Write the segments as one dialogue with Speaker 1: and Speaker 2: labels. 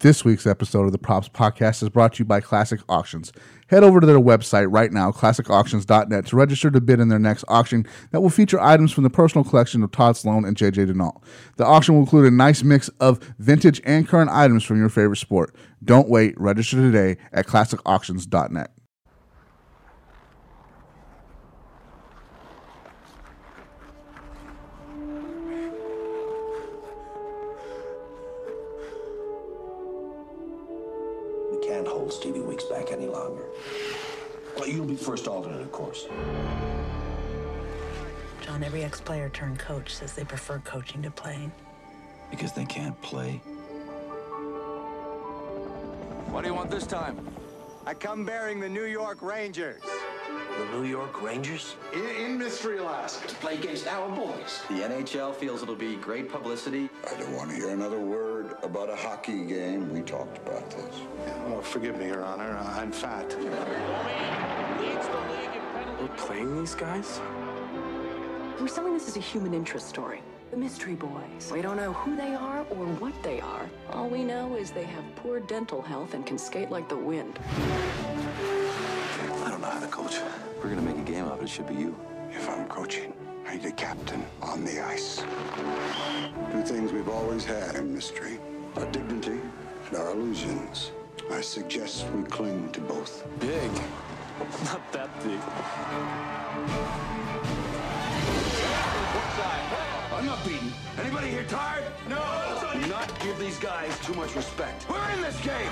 Speaker 1: This week's episode of the Props Podcast is brought to you by Classic Auctions. Head over to their website right now, classicauctions.net, to register to bid in their next auction that will feature items from the personal collection of Todd Sloan and JJ Denault. The auction will include a nice mix of vintage and current items from your favorite sport. Don't wait, register today at classicauctions.net.
Speaker 2: We can't hold Stevie Weeks back any longer. Well, you'll be first alternate, of course.
Speaker 3: John, every ex player turned coach says they prefer coaching to playing.
Speaker 2: Because they can't play.
Speaker 4: What do you want this time?
Speaker 5: I come bearing the New York Rangers.
Speaker 2: The New York Rangers?
Speaker 5: In, in Mystery, Alaska.
Speaker 2: To play against our boys.
Speaker 6: The NHL feels it'll be great publicity.
Speaker 7: I don't want to hear another word about a hockey game. We talked about this.
Speaker 5: Oh, forgive me, Your Honor. I'm fat.
Speaker 8: We're playing these guys?
Speaker 9: We're selling this as a human interest story. The Mystery Boys. We don't know who they are or what they are. All we know is they have poor dental health and can skate like the wind.
Speaker 2: I don't know how to coach. If We're gonna make a game of it. It should be you.
Speaker 7: If I'm coaching, I need a captain on the ice. Two things we've always had in mystery our dignity and our illusions. I suggest we cling to both.
Speaker 8: Big. Not that big.
Speaker 2: I'm not beaten. Anybody here tired? No. Do not give these guys too much respect. We're in this game.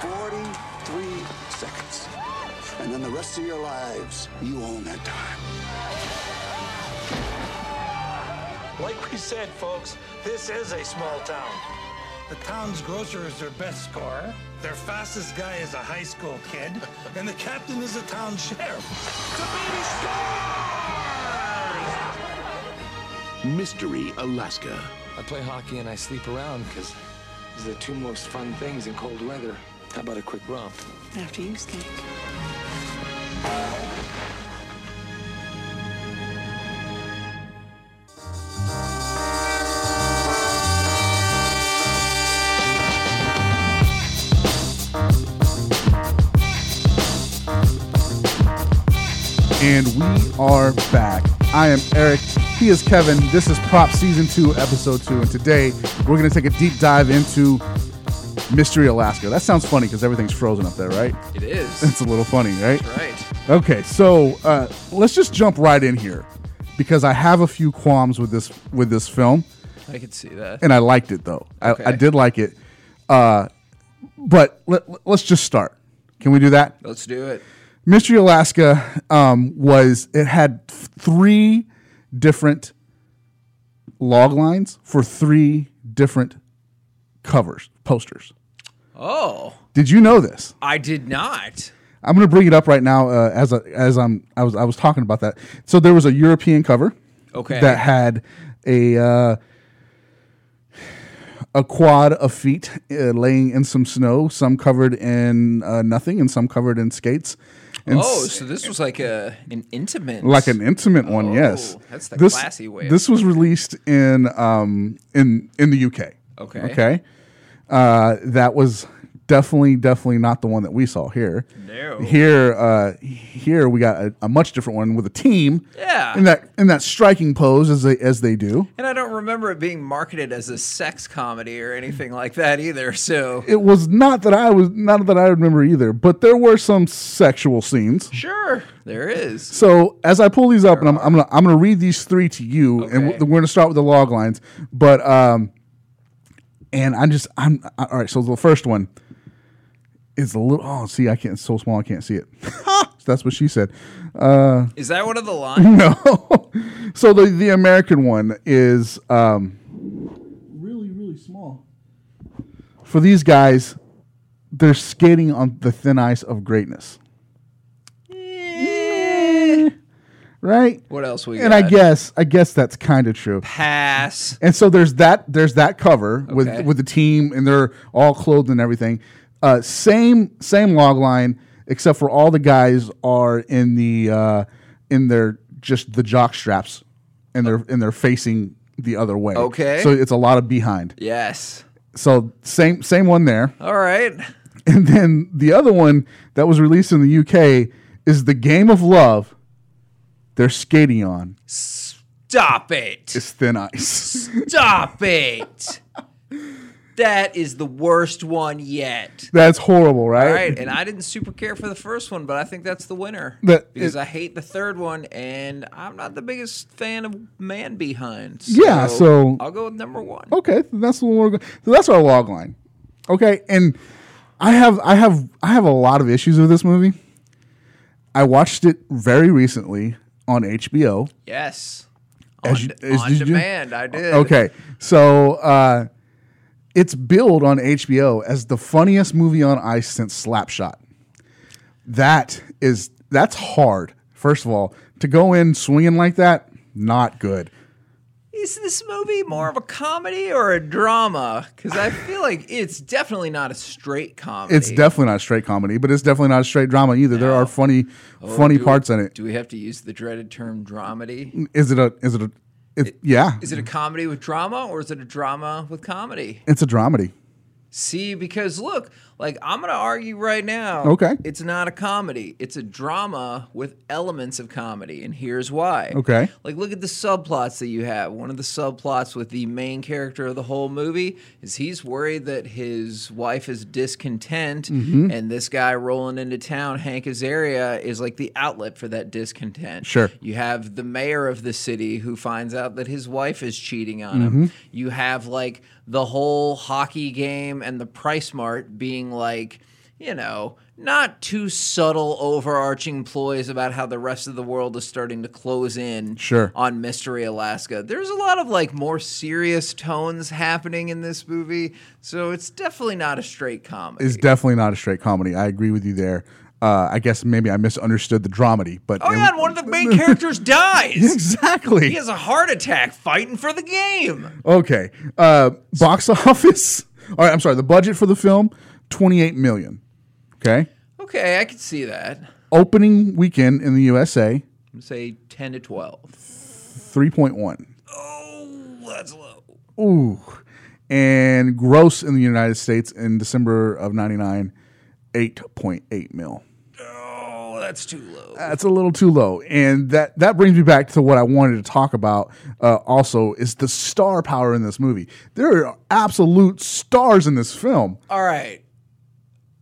Speaker 7: 43 seconds. And then the rest of your lives, you own that time.
Speaker 10: Like we said, folks, this is a small town. The town's grocer is their best scorer, their fastest guy is a high school kid, and the captain is a town sheriff.
Speaker 11: Mystery Alaska.
Speaker 12: I play hockey and I sleep around because these are the two most fun things in cold weather. How about a quick romp?
Speaker 9: After you, Skate.
Speaker 1: And we are back. I am Eric. He is Kevin. This is Prop Season 2, Episode 2. And today we're going to take a deep dive into Mystery Alaska. That sounds funny because everything's frozen up there, right?
Speaker 13: It
Speaker 1: It's
Speaker 13: is.
Speaker 1: a little funny, right?
Speaker 13: right.
Speaker 1: Okay, so uh, let's just jump right in here because I have a few qualms with this with this film,
Speaker 13: I could see that.
Speaker 1: and I liked it though.
Speaker 13: Okay.
Speaker 1: I, I did like it. Uh, but let, let's just start. Can we do that?
Speaker 13: Let's do it.
Speaker 1: Mystery Alaska um, was it had th- three different log lines for three different covers posters.
Speaker 13: Oh,
Speaker 1: Did you know this?
Speaker 13: I did not.
Speaker 1: I'm going to bring it up right now uh, as a, as I'm I was I was talking about that. So there was a European cover
Speaker 13: Okay.
Speaker 1: that had a uh, a quad of feet uh, laying in some snow, some covered in uh, nothing, and some covered in skates. And
Speaker 13: oh,
Speaker 1: s-
Speaker 13: so this was like a an intimate.
Speaker 1: like an intimate one. Yes,
Speaker 13: Oh, that's the classy way of
Speaker 1: This was released in um in in the UK.
Speaker 13: Okay.
Speaker 1: Okay. Uh, that was definitely definitely not the one that we saw here.
Speaker 13: No.
Speaker 1: Here, uh, here we got a, a much different one with a team.
Speaker 13: Yeah.
Speaker 1: In that in that striking pose as they as they do.
Speaker 13: And I don't remember it being marketed as a sex comedy or anything like that either. So
Speaker 1: It was not that I was not that I remember either, but there were some sexual scenes.
Speaker 13: sure, there is.
Speaker 1: So as I pull these up, and I'm, I'm gonna I'm gonna read these three to you, and
Speaker 13: Okay.
Speaker 1: we're, we're gonna start with the log lines. But um, and I'm just I'm I- all right. So the first one is a little. Oh, see, I can't. It's so small, I can't see it. That's what she said.
Speaker 13: Is that one of the lines?
Speaker 1: No. so the the American one is um, really really small. For these guys, they're skating on the thin ice of greatness. Yeah. Right.
Speaker 13: What else we
Speaker 1: and I
Speaker 13: got?
Speaker 1: guess I guess that's kind of true.
Speaker 13: Pass.
Speaker 1: And so there's that there's that cover
Speaker 13: Okay.
Speaker 1: with with the team and they're all clothed and everything. Uh, same same log line except for all the guys are in the uh, in their just the jock straps and they're and they're facing the other way.
Speaker 13: Okay.
Speaker 1: So it's a lot of behind.
Speaker 13: Yes.
Speaker 1: So same same one there.
Speaker 13: All right.
Speaker 1: And then the other one that was released in the UK is The Game of Love. They're skating on.
Speaker 13: Stop it.
Speaker 1: It's thin ice.
Speaker 13: Stop it. That is the worst one yet.
Speaker 1: That's horrible, right?
Speaker 13: All right, and I didn't super care for the first one, but I think that's the winner
Speaker 1: That-
Speaker 13: because
Speaker 1: it-
Speaker 13: I hate the third one, and I'm not the biggest fan of man behind.
Speaker 1: Yeah, so- Oh.
Speaker 13: I'll go with number one.
Speaker 1: Okay, then that's the one we're going. So that's our log line. Okay, and I have I have I have a lot of issues with this movie. I watched it very recently on HBO.
Speaker 13: Yes, on,
Speaker 1: As you- as
Speaker 13: on
Speaker 1: did you-
Speaker 13: demand, I did.
Speaker 1: Okay, so uh, it's billed on HBO as the funniest movie on ice since Slapshot. That is that's hard. First of all, to go in swinging like that, not good.
Speaker 13: Is this movie more of a comedy or a drama? Because I feel like it's definitely not a straight comedy.
Speaker 1: It's definitely not a straight comedy, but it's definitely not a straight drama either. There are funny,
Speaker 13: Oh,
Speaker 1: funny
Speaker 13: do we-
Speaker 1: parts in it.
Speaker 13: Do we have to use the dreaded term dramedy?
Speaker 1: Is it a? Is it a? It, yeah,
Speaker 13: Is it a comedy with drama or is it a drama with comedy?
Speaker 1: it's a dramedy.
Speaker 13: See, because look, like I'm gonna argue right now.
Speaker 1: Okay.
Speaker 13: It's not a comedy. It's a drama with elements of comedy, and here's why.
Speaker 1: Okay.
Speaker 13: Like look at the subplots that you have. One of the subplots with the main character of the whole movie is he's worried that his wife is discontent,
Speaker 1: Mhm.
Speaker 13: and this guy rolling into town, Hank Azaria, is like the outlet for that discontent.
Speaker 1: Sure.
Speaker 13: You have the mayor of the city who finds out that his wife is cheating on
Speaker 1: Mhm.
Speaker 13: him. You have like the whole hockey game and the price mart being like, you know, not too subtle overarching ploys about how the rest of the world is starting to close in
Speaker 1: Sure.
Speaker 13: on Mystery Alaska. There's a lot of like more serious tones happening in this movie, so it's definitely not a straight comedy.
Speaker 1: It's definitely not a straight comedy. I agree with you there. Uh, I guess maybe I misunderstood the dramedy, but
Speaker 13: Oh yeah, and one of the main characters dies.
Speaker 1: Exactly.
Speaker 13: He has a heart attack fighting for the game.
Speaker 1: Okay. Uh, box office. All right. I'm sorry. The budget for the film, 28 million. Okay.
Speaker 13: Okay, I can see that.
Speaker 1: Opening weekend in the USA,
Speaker 13: Say ten to twelve. Oh,
Speaker 1: 3.1.
Speaker 13: That's low.
Speaker 1: Ooh. And gross in the United States in December of 99, 8.8 mil.
Speaker 13: Oh, that's too low.
Speaker 1: That's a little too low. And that, that brings me back to what I wanted to talk about uh, also is the star power in this movie. There are absolute stars in this film.
Speaker 13: All right.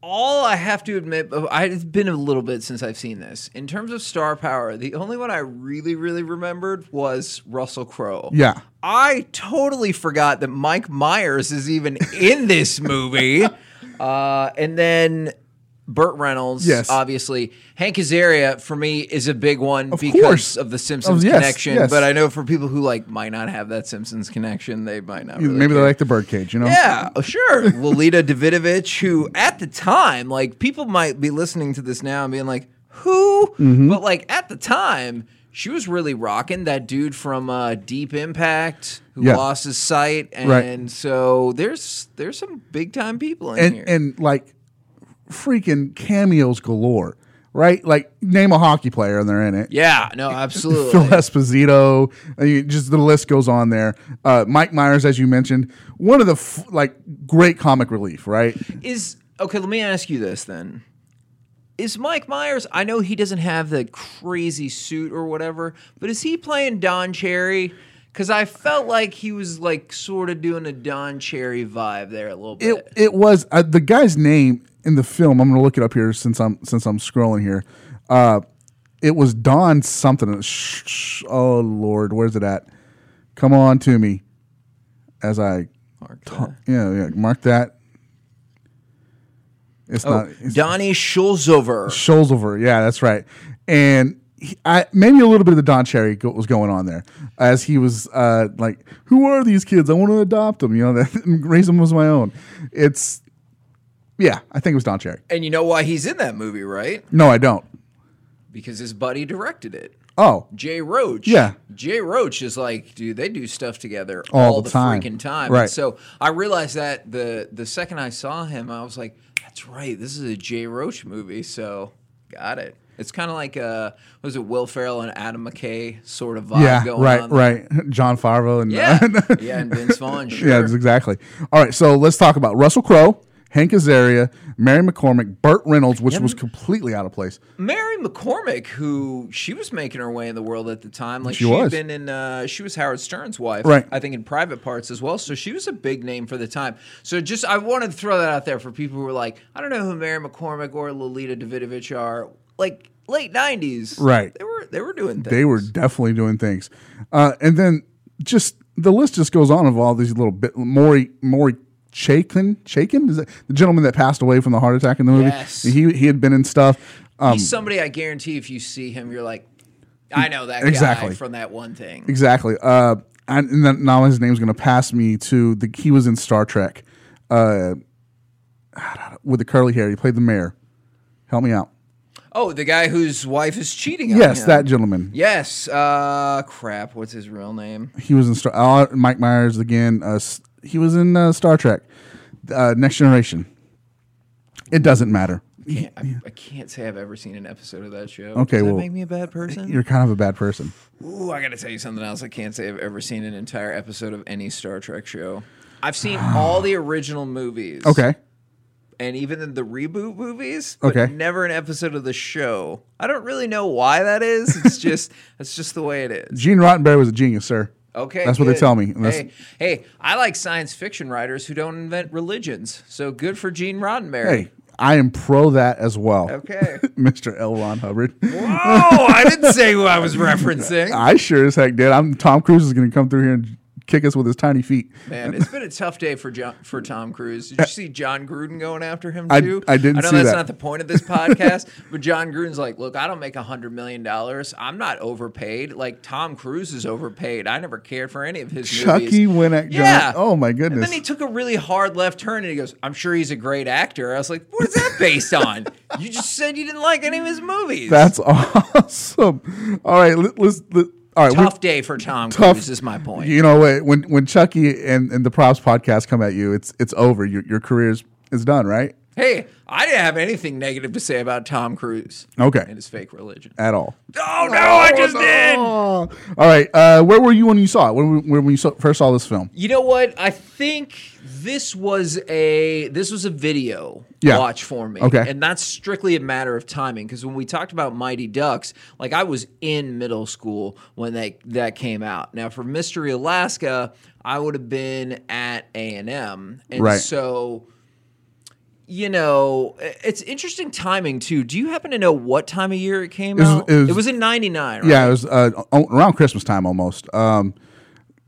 Speaker 13: All I have to admit, oh, I- it's been a little bit since I've seen this. In terms of star power, the only one I really, really remembered was Russell Crowe.
Speaker 1: Yeah.
Speaker 13: I totally forgot that Mike Myers is even in this movie. Uh, and then Burt Reynolds,
Speaker 1: Yes.
Speaker 13: obviously. Hank Azaria, for me, is a big one because
Speaker 1: course.
Speaker 13: of the Simpsons
Speaker 1: Oh, yes,
Speaker 13: connection.
Speaker 1: yes.
Speaker 13: But I know for people who like might not have that Simpsons connection, they might not. Really
Speaker 1: Maybe
Speaker 13: care.
Speaker 1: they like the birdcage, you know?
Speaker 13: Yeah, oh, sure. Lolita Davidovich, who at the time, like people might be listening to this now and being like, who?
Speaker 1: Mhm.
Speaker 13: But like at the time, she was really rocking that dude from uh, Deep Impact who
Speaker 1: Yeah.
Speaker 13: lost his sight, and
Speaker 1: Right.
Speaker 13: so there's there's some big time people in
Speaker 1: and
Speaker 13: here.
Speaker 1: and like freaking cameos galore, right? Like name a hockey player and they're in it.
Speaker 13: yeah, no, absolutely.
Speaker 1: Phil Esposito, I mean, just the list goes on there. Uh, Mike Myers, as you mentioned, one of the f- like great comic relief, right?
Speaker 13: Is okay. Let me ask you this then: Is Mike Myers? I know he doesn't have the crazy suit or whatever, but is he playing Don Cherry? Because I felt like he was like sort of doing a Don Cherry vibe there a little bit.
Speaker 1: It it was uh, the guy's name in the film. I'm gonna look it up here since I'm since I'm scrolling here. Uh, it was Don something. Sh- sh- oh Lord, where's it at? Come on to me, as I mark yeah yeah mark that. It's
Speaker 13: oh,
Speaker 1: not it's
Speaker 13: Donnie Schulzover.
Speaker 1: Scholzover. Yeah, that's right. And he, I maybe a little bit of the Don Cherry go, was going on there as he was uh, like, "Who are these kids? I want to adopt them. You know, that, raise them as my own." It's yeah, I think it was Don Cherry.
Speaker 13: and you know why he's in that movie, right?
Speaker 1: No, I don't.
Speaker 13: Because his buddy directed it.
Speaker 1: Oh,
Speaker 13: Jay Roach.
Speaker 1: Yeah.
Speaker 13: Jay Roach is like, dude, they do stuff together all,
Speaker 1: All
Speaker 13: the,
Speaker 1: the time.
Speaker 13: freaking time.
Speaker 1: Right.
Speaker 13: And so I realized that the the second I saw him, I was like, that's right, this is a Jay Roach movie. So got it. It's kind of like uh, what was it Will Ferrell and Adam McKay sort of vibe
Speaker 1: yeah,
Speaker 13: going
Speaker 1: right,
Speaker 13: on. there.
Speaker 1: right. John Favreau and uh,
Speaker 13: Yeah, yeah, and Vince Vaughn. Sure.
Speaker 1: yeah, that's exactly. All right, so let's talk about Russell Crowe, Hank Azaria, Mary McCormick, Burt Reynolds, which
Speaker 13: Yeah.
Speaker 1: was completely out of place.
Speaker 13: Mary McCormick, who she was making her way in the world at the time, like
Speaker 1: She
Speaker 13: she
Speaker 1: was.
Speaker 13: had been in, uh, she was Howard Stern's wife,
Speaker 1: Right.
Speaker 13: I think in private parts as well. So she was a big name for the time. So just I wanted to throw that out there for people who are like, I don't know who Mary McCormick or Lolita Davidovich are, like late nineties,
Speaker 1: Right.
Speaker 13: They were they were doing things.
Speaker 1: They were definitely doing things. Uh, and then just the list just goes on of all these little bit. Maury Maury Chaykin, Chaykin is that the gentleman that passed away from the heart attack in the movie.
Speaker 13: Yes.
Speaker 1: He he had been in stuff. Um,
Speaker 13: He's somebody I guarantee if you see him, you're like, I know that
Speaker 1: Exactly.
Speaker 13: guy from that one thing.
Speaker 1: exactly. Uh, and, and then now his name's going to pass me to the. He was in Star Trek. Uh, with the curly hair, he played the mayor. Help me out.
Speaker 13: Oh, the guy whose wife is cheating. on
Speaker 1: Yes,
Speaker 13: him.
Speaker 1: that gentleman.
Speaker 13: Yes. Uh, crap. What's his real name?
Speaker 1: He was in Star. Uh, Mike Myers again. Uh, s- he was in uh, Star Trek, uh, Next Generation. It doesn't matter.
Speaker 13: can't, I, I can't say I've ever seen an episode of that show.
Speaker 1: Okay,
Speaker 13: Does
Speaker 1: well,
Speaker 13: that make me a bad person?
Speaker 1: You're kind of a bad person.
Speaker 13: Ooh, I gotta tell you something else. I can't say I've ever seen an entire episode of any Star Trek show. I've seen all the original movies.
Speaker 1: Okay.
Speaker 13: And even the, the reboot movies, but
Speaker 1: Okay.
Speaker 13: never an episode of the show. I don't really know why that is. It's just that's just the way it is.
Speaker 1: Gene Rottenberg was a genius, sir.
Speaker 13: Okay,
Speaker 1: That's what they
Speaker 13: good.
Speaker 1: tell me. and that's-
Speaker 13: Hey, hey, I like science fiction writers who don't invent religions. So good for Gene Roddenberry.
Speaker 1: hey, I am pro that as well.
Speaker 13: Okay.
Speaker 1: Mr. L. Ron Hubbard.
Speaker 13: Oh, I didn't say who I was referencing.
Speaker 1: I sure as heck did. I'm Tom Cruise is going to come through here and kick us with his tiny feet.
Speaker 13: Man, it's been a tough day for John, for Tom Cruise. Did you see John Gruden going after him
Speaker 1: I-
Speaker 13: too?
Speaker 1: I didn't
Speaker 13: I know
Speaker 1: see
Speaker 13: that's
Speaker 1: that.
Speaker 13: not the point of this podcast, but John Gruden's like, look, I don't make a hundred million dollars. I'm not overpaid. Like Tom Cruise is overpaid. I never cared for any of his
Speaker 1: Chucky
Speaker 13: movies.
Speaker 1: went at John.
Speaker 13: Yeah.
Speaker 1: Oh my goodness.
Speaker 13: And then he took a really hard left turn and he goes, I'm sure he's a great actor. I was like, what is that based on? you just said you didn't like any of his movies.
Speaker 1: That's awesome. All right, let, let's. Let, all right, we-
Speaker 13: tough day for Tom Cruise is my point.
Speaker 1: You know what? When when Chucky and, and the props podcast come at you, it's it's over. Your your career is, is done, right?
Speaker 13: Hey, I didn't have anything negative to say about Tom Cruise.
Speaker 1: Okay.
Speaker 13: And his fake religion.
Speaker 1: At all.
Speaker 13: Oh no, I just did.
Speaker 1: All right. Uh, where were you when you saw it? When when you saw, first saw this film?
Speaker 13: You know what? I think this was a this was a video
Speaker 1: Yeah.
Speaker 13: watch for me.
Speaker 1: Okay.
Speaker 13: And that's strictly a matter of timing because when we talked about Mighty Ducks, like I was in middle school when they that came out. Now for Mystery Alaska, I would have been at A&M. And
Speaker 1: Right.
Speaker 13: so you know, i- it's interesting timing too. Do you happen to know what time of year it came
Speaker 1: It was-
Speaker 13: out?
Speaker 1: it was-
Speaker 13: in 99, right?
Speaker 1: Yeah, it was uh, o- around Christmas time almost. Um,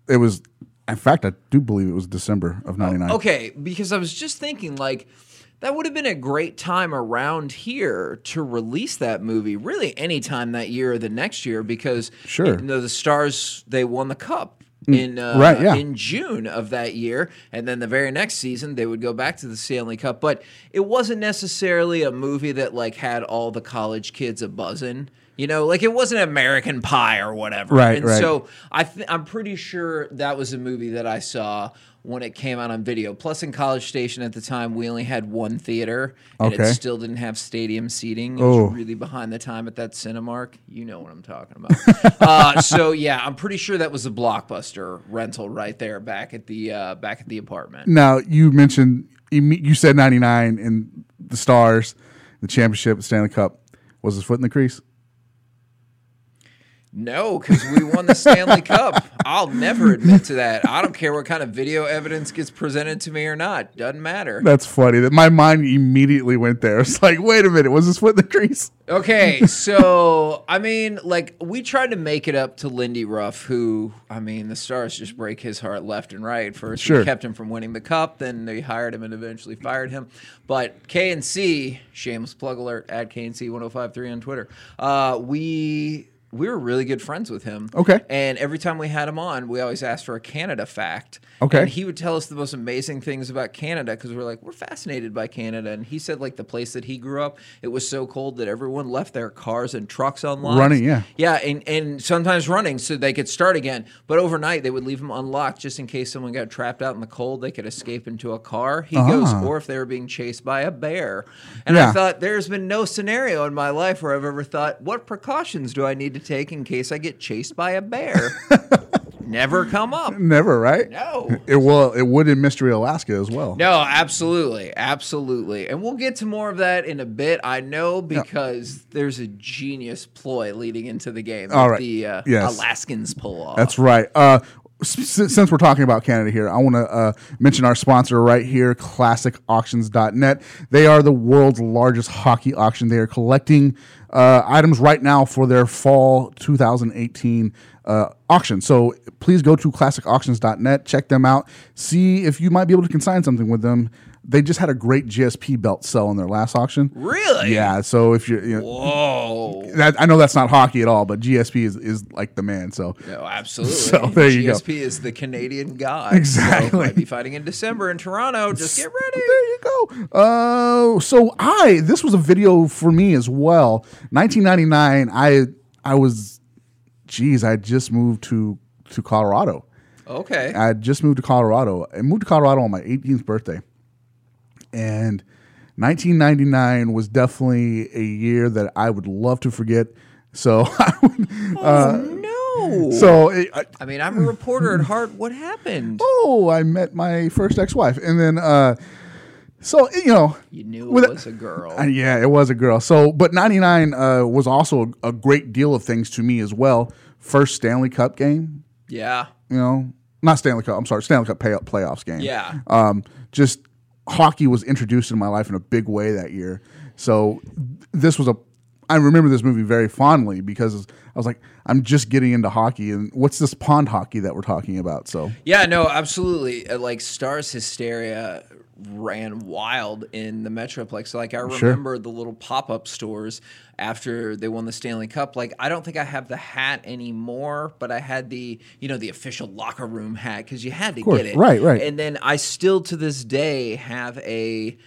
Speaker 1: it was. In fact, I do believe it was December of '99.
Speaker 13: Oh, Okay, because I was just thinking like that would have been a great time around here to release that movie. Really, any time that year or the next year, because
Speaker 1: Sure.
Speaker 13: you know, the Stars they won the cup
Speaker 1: Mm,
Speaker 13: in uh,
Speaker 1: right, yeah.
Speaker 13: in June of that year, and then the very next season they would go back to the Stanley Cup. But it wasn't necessarily a movie that like had all the college kids a buzzing. You know, like it wasn't American Pie or whatever.
Speaker 1: Right,
Speaker 13: And
Speaker 1: right.
Speaker 13: so I th- I'm pretty sure that was a movie that I saw when it came out on video. Plus, in College Station at the time, we only had one theater, and
Speaker 1: Okay.
Speaker 13: it still didn't have stadium seating. It
Speaker 1: Oh.
Speaker 13: was really behind the time at that Cinemark. You know what I'm talking about. uh, so yeah, I'm pretty sure that was a blockbuster rental right there back at the uh, back at the apartment.
Speaker 1: Now you mentioned you me- you said '99 and the stars, the championship, Stanley Cup. Was his foot in the crease?
Speaker 13: No, because we won the Stanley Cup. I'll never admit to that. I don't care what kind of video evidence gets presented to me or not. Doesn't matter.
Speaker 1: That's funny. That my mind immediately went there. It's like, wait a minute, was his foot in the crease?
Speaker 13: Okay, so I mean, like we tried to make it up to Lindy Ruff, who I mean, the Stars just break his heart left and right. First,
Speaker 1: Sure.
Speaker 13: we kept him from winning the cup, then they hired him and eventually fired him. But K oh and C, shameless plug alert at K and C 105.3 on Twitter. Uh, we we were really good friends with him.
Speaker 1: Okay.
Speaker 13: And every time we had him on, we always asked for a Canada fact.
Speaker 1: Okay.
Speaker 13: And he would tell us the most amazing things about Canada because we're like, we're fascinated by Canada. And he said, like, the place that he grew up, it was so cold that everyone left their cars and trucks unlocked.
Speaker 1: Running, yeah.
Speaker 13: Yeah. And, and sometimes running so they could start again. But overnight, they would leave them unlocked just in case someone got trapped out in the cold. They could escape into a car. He goes,
Speaker 1: Ah.
Speaker 13: or if they were being chased by a bear. And
Speaker 1: Yeah.
Speaker 13: I thought, there's been no scenario in my life where I've ever thought, what precautions do I need to take in case I get chased by a bear? Never come up.
Speaker 1: Never, right?
Speaker 13: No.
Speaker 1: It will. It would in Mystery Alaska as well.
Speaker 13: No, absolutely. Absolutely. And we'll get to more of that in a bit, I know, because there's a genius ploy leading into the game. that
Speaker 1: All right.
Speaker 13: The uh,
Speaker 1: Yes.
Speaker 13: Alaskans pull off.
Speaker 1: That's right. Uh, s- s- since we're talking about Canada here, I want to uh, mention our sponsor right here, ClassicAuctions.net. They are the world's largest hockey auction. They are collecting uh, items right now for their fall 2018 uh, auction. So please go to ClassicAuctions.net, check them out, see if you might be able to consign something with them. They just had a great GSP belt sell in their last auction.
Speaker 13: Really?
Speaker 1: Yeah. So if you're, you know,
Speaker 13: Whoa.
Speaker 1: that, I know that's not hockey at all, but GSP is, is like the man. So
Speaker 13: No, absolutely.
Speaker 1: So there you go.
Speaker 13: GSP is the Canadian god. So
Speaker 1: Exactly.
Speaker 13: might be fighting in December in Toronto. Just get ready.
Speaker 1: There you go. Uh, so I this was a video for me as well. 1999. I I was, geez, I just moved to to Colorado.
Speaker 13: Okay.
Speaker 1: I had just moved to Colorado. I moved to Colorado on my 18th birthday. And 1999 was definitely a year that I would love to forget. So I would.
Speaker 13: Oh, no.
Speaker 1: uh, So it, I,
Speaker 13: I mean, I'm a reporter at heart. What happened?
Speaker 1: oh, I met my first ex-wife, and then uh, so you know,
Speaker 13: You knew
Speaker 1: With-
Speaker 13: it was a girl.
Speaker 1: Uh, yeah, it was a girl. So, but '99 uh, was also a, a great deal of things to me as well. First Stanley Cup game,
Speaker 13: yeah.
Speaker 1: you know, not Stanley Cup. I'm sorry, Stanley Cup pay- playoffs game.
Speaker 13: Yeah.
Speaker 1: Um, just hockey was introduced in my life in a big way that year. So th- this was a. I remember this movie very fondly because I was like, I'm just getting into hockey, and what's this pond hockey that we're talking about? So
Speaker 13: Yeah, no, absolutely. Uh, Like stars hysteria ran wild in the Metroplex. Like I
Speaker 1: Sure.
Speaker 13: remember the little pop-up stores after they won the Stanley Cup. Like I don't think I have the hat anymore, but I had the, you know, the official locker room hat cuz you had to
Speaker 1: course,
Speaker 13: get it.
Speaker 1: right, right.
Speaker 13: And then I still to this day have a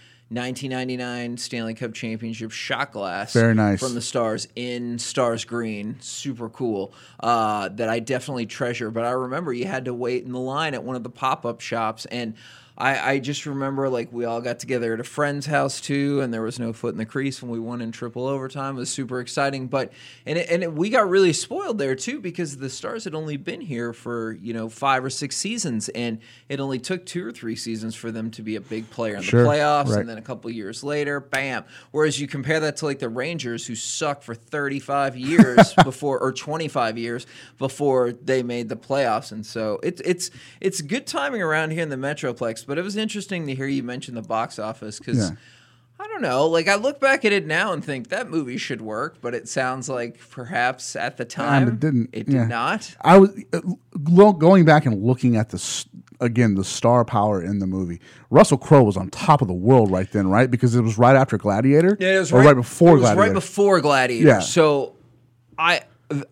Speaker 13: 1999 Stanley Cup Championship shot glass
Speaker 1: Very nice.
Speaker 13: from the stars in stars green super cool uh, that i definitely treasure but i remember you had to wait in the line at one of the pop-up shops and I, I just remember like we all got together at a friend's house too and there was no foot in the crease when we won in triple overtime it was super exciting but and it, and it, we got really spoiled there too because the stars had only been here for you know five or six seasons and it only took two or three seasons for them to be a big player in
Speaker 1: Sure,
Speaker 13: the playoffs
Speaker 1: right.
Speaker 13: and then a couple years later, bam. Whereas you compare that to like the Rangers who suck for 35 years before or 25 years before they made the playoffs. And so it's it's it's good timing around here in the Metroplex, but it was interesting to hear you mention the box office cuz
Speaker 1: Yeah.
Speaker 13: I don't know. Like I look back at it now and think that movie should work, but it sounds like perhaps at the time
Speaker 1: Ah, it didn't.
Speaker 13: It did
Speaker 1: yeah.
Speaker 13: not.
Speaker 1: I was uh, lo- going back and looking at the s- again the star power in the movie. Russell Crowe was on top of the world right then, right? Because it was right after Gladiator.
Speaker 13: Yeah, it was
Speaker 1: or
Speaker 13: right,
Speaker 1: right, before
Speaker 13: it was
Speaker 1: Gladiator.
Speaker 13: Right before Gladiator.
Speaker 1: Yeah.
Speaker 13: So I.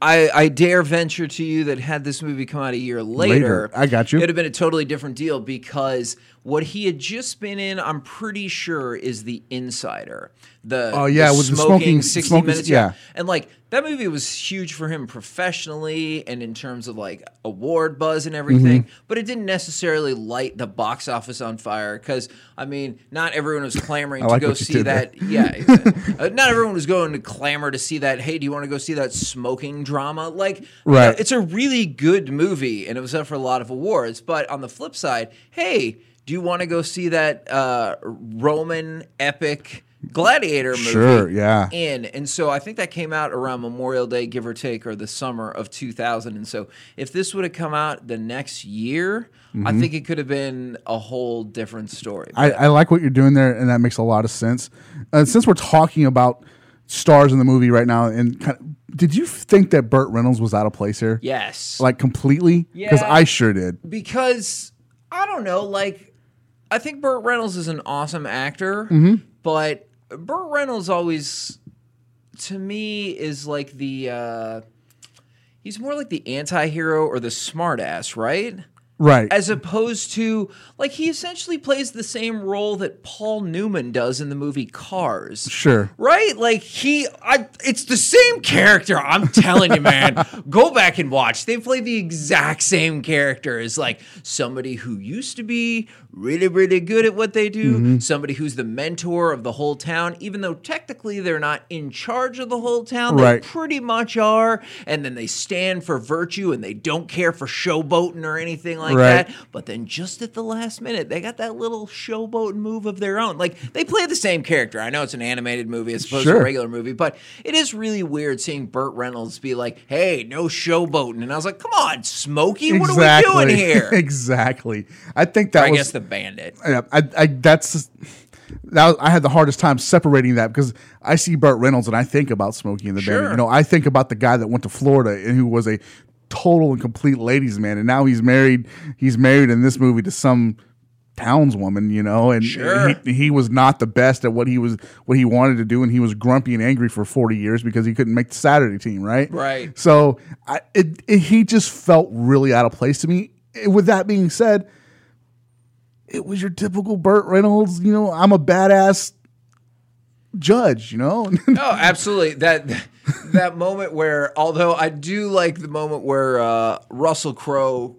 Speaker 13: I, I dare venture to you that had this movie come out a year later,
Speaker 1: Later. I got you.
Speaker 13: It'd have been a totally different deal because what he had just been in, I'm pretty sure, is the Insider. The
Speaker 1: Oh, yeah,
Speaker 13: the
Speaker 1: with the
Speaker 13: smoking,
Speaker 1: smoking-
Speaker 13: 60
Speaker 1: smoking-
Speaker 13: minutes,
Speaker 1: yeah.
Speaker 13: and like that movie was huge for him professionally and in terms of like award buzz and everything,
Speaker 1: Mm-hmm.
Speaker 13: but it didn't necessarily light the box office on fire because I mean, not everyone was clamoring
Speaker 1: I
Speaker 13: to
Speaker 1: like
Speaker 13: go
Speaker 1: what you
Speaker 13: see
Speaker 1: did there.
Speaker 13: that. Yeah, exactly. Uh, not everyone was going to clamor to see that. Hey, do you want to go see that smoking drama? Like, you know,
Speaker 1: Right.
Speaker 13: it's a really good movie, and it was up for a lot of awards. But on the flip side, hey, do you want to go see that uh, Roman epic? Gladiator movie
Speaker 1: Sure, yeah.
Speaker 13: in. And so I think that came out around Memorial Day, give or take, or the summer of 2000. And so if this would have come out the next year, I
Speaker 1: Mhm.
Speaker 13: think it could have been a whole different story.
Speaker 1: I, I like what you're doing there, and that makes a lot of sense. Uh, since we're talking about stars in the movie right now, and kind of, did you think that Burt Reynolds was out of place here?
Speaker 13: Yes.
Speaker 1: like completely. Because
Speaker 13: Yeah.
Speaker 1: I sure did.
Speaker 13: because I don't know, like I think Burt Reynolds is an awesome actor,
Speaker 1: Mhm.
Speaker 13: but Burt Reynolds always to me is like the uh he's more like the anti-hero or the smartass, right?
Speaker 1: Right.
Speaker 13: As opposed to like he essentially plays the same role that Paul Newman does in the movie Cars.
Speaker 1: Sure.
Speaker 13: Right? Like he I it's the same character. I'm telling you, man. Go back and watch. They play the exact same character as like somebody who used to be really really good at what they do,
Speaker 1: Mhm.
Speaker 13: somebody who's the mentor of the whole town even though technically they're not in charge of the whole town.
Speaker 1: Right.
Speaker 13: They pretty much are and then they stand for virtue and they don't care for showboating or anything like
Speaker 1: Right.
Speaker 13: that. But then just at the last minute, they got that little showboat move of their own. Like they play the same character. I know it's an animated movie as opposed to
Speaker 1: Sure.
Speaker 13: a regular movie, but it is really weird seeing Burt Reynolds be like, "Hey, no showboating," and I was like, "Come on, Smokey, what are we doing here?"
Speaker 1: exactly. I think
Speaker 13: Or
Speaker 1: that
Speaker 13: I
Speaker 1: was
Speaker 13: guess the bandit.
Speaker 1: Yeah, I, I that's that was, I had the hardest time separating that because I see Burt Reynolds and I think about Smokey and the Bandit.
Speaker 13: Sure.
Speaker 1: You know, I think about the guy that went to Florida and who was a total and complete ladies' man, and now he's married. He's married in this movie to some townswoman, you know, and
Speaker 13: Sure.
Speaker 1: he, he was not the best at what he was what he wanted to do, and he was grumpy and angry for forty years because he couldn't make the Saturday team, right?
Speaker 13: Right.
Speaker 1: So I, it, it, he just felt really out of place to me. With that being said, it was your typical Burt Reynolds, you know, I'm a badass judge, you know?
Speaker 13: Oh, absolutely. That that moment where, although I do like the moment where uh, Russell Crowe,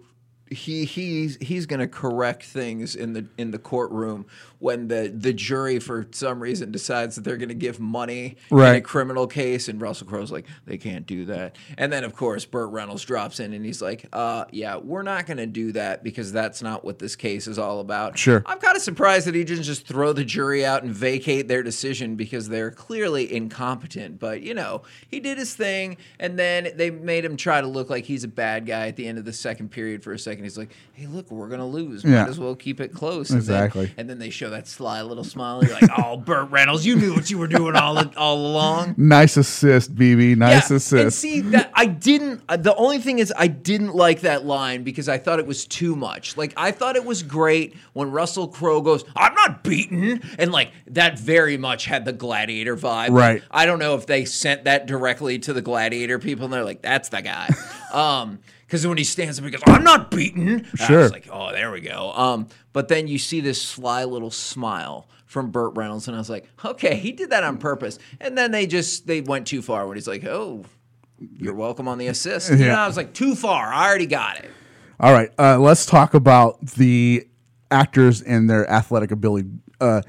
Speaker 13: he he's he's going to correct things in the in the courtroom when the the jury for some reason decides that they're going to give money in a
Speaker 1: Right.
Speaker 13: criminal case, and Russell Crowe's like, they can't do that. And then of course Burt Reynolds drops in and he's like, uh, yeah, we're not going to do that because that's not what this case is all about.
Speaker 1: Sure.
Speaker 13: I'm kind of surprised that he didn't just throw the jury out and vacate their decision because they're clearly incompetent. But, you know, he did his thing, and then they made him try to look like he's a bad guy at the end of the second period for a second. He's like, hey, look, we're going to lose.
Speaker 1: Yeah.
Speaker 13: Might as well keep it close. And
Speaker 1: Exactly.
Speaker 13: then, and then they show that sly little smile. You're like, oh, Burt Reynolds, you knew what you were doing all, all along.
Speaker 1: nice assist, BB. Nice
Speaker 13: And
Speaker 1: assist.
Speaker 13: see that I didn't. uh, The only thing is, I didn't like that line because I thought it was too much. Like I thought it was great when Russell Crowe goes, "I'm not beaten," and like that very much had the gladiator vibe.
Speaker 1: Right.
Speaker 13: I don't know if they sent that directly to the gladiator people, and they're like, "That's the guy." um, because when he stands up, he goes, "I'm not beaten." And I
Speaker 1: Sure.
Speaker 13: was like, "Oh, there we go." Um, but then you see this sly little smile from Burt Reynolds, and I was like, "Okay, he did that on purpose." And then they just they went too far when he's like, "Oh." You're welcome on the assist. You
Speaker 1: Yeah.
Speaker 13: know, I was like, too far. I already got it.
Speaker 1: All right, uh, let's talk about the actors and their athletic ability. Uh,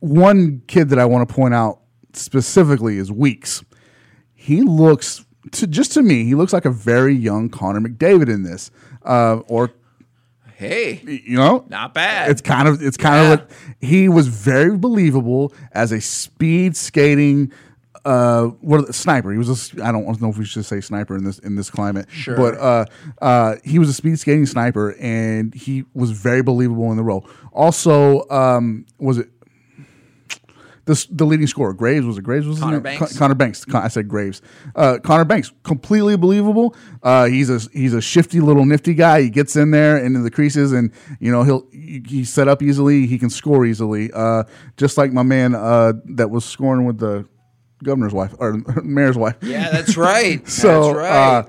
Speaker 1: one kid that I want to point out specifically is Weeks. He looks, to, just to me, he looks like a very young Connor McDavid in this, uh, or
Speaker 13: Hey,
Speaker 1: you know,
Speaker 13: not bad.
Speaker 1: It's kind of it's kind of like he was very believable as a speed skating uh what are the- sniper. He was a s- I don't know if we should say sniper in this in this climate.
Speaker 13: Sure.
Speaker 1: But uh uh he was a speed skating sniper and he was very believable in the role. Also um was it the, s- the leading scorer, Graves was it Graves was his
Speaker 13: Connor
Speaker 1: name? Con-
Speaker 13: Banks?
Speaker 1: Connor Banks. Con- I said Graves. Uh, Connor Banks, completely believable. Uh, he's a he's a shifty little nifty guy. He gets in there and in the creases, and you know he'll he- he's set up easily. He can score easily, uh, just like my man uh, that was scoring with the governor's wife or mayor's wife.
Speaker 13: Yeah, that's right.
Speaker 1: so
Speaker 13: that's right.
Speaker 1: uh,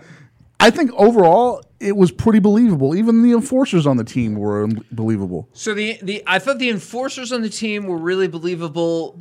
Speaker 1: I think overall it was pretty believable. Even the enforcers on the team were believable.
Speaker 13: so the the I thought the enforcers on the team were really believable.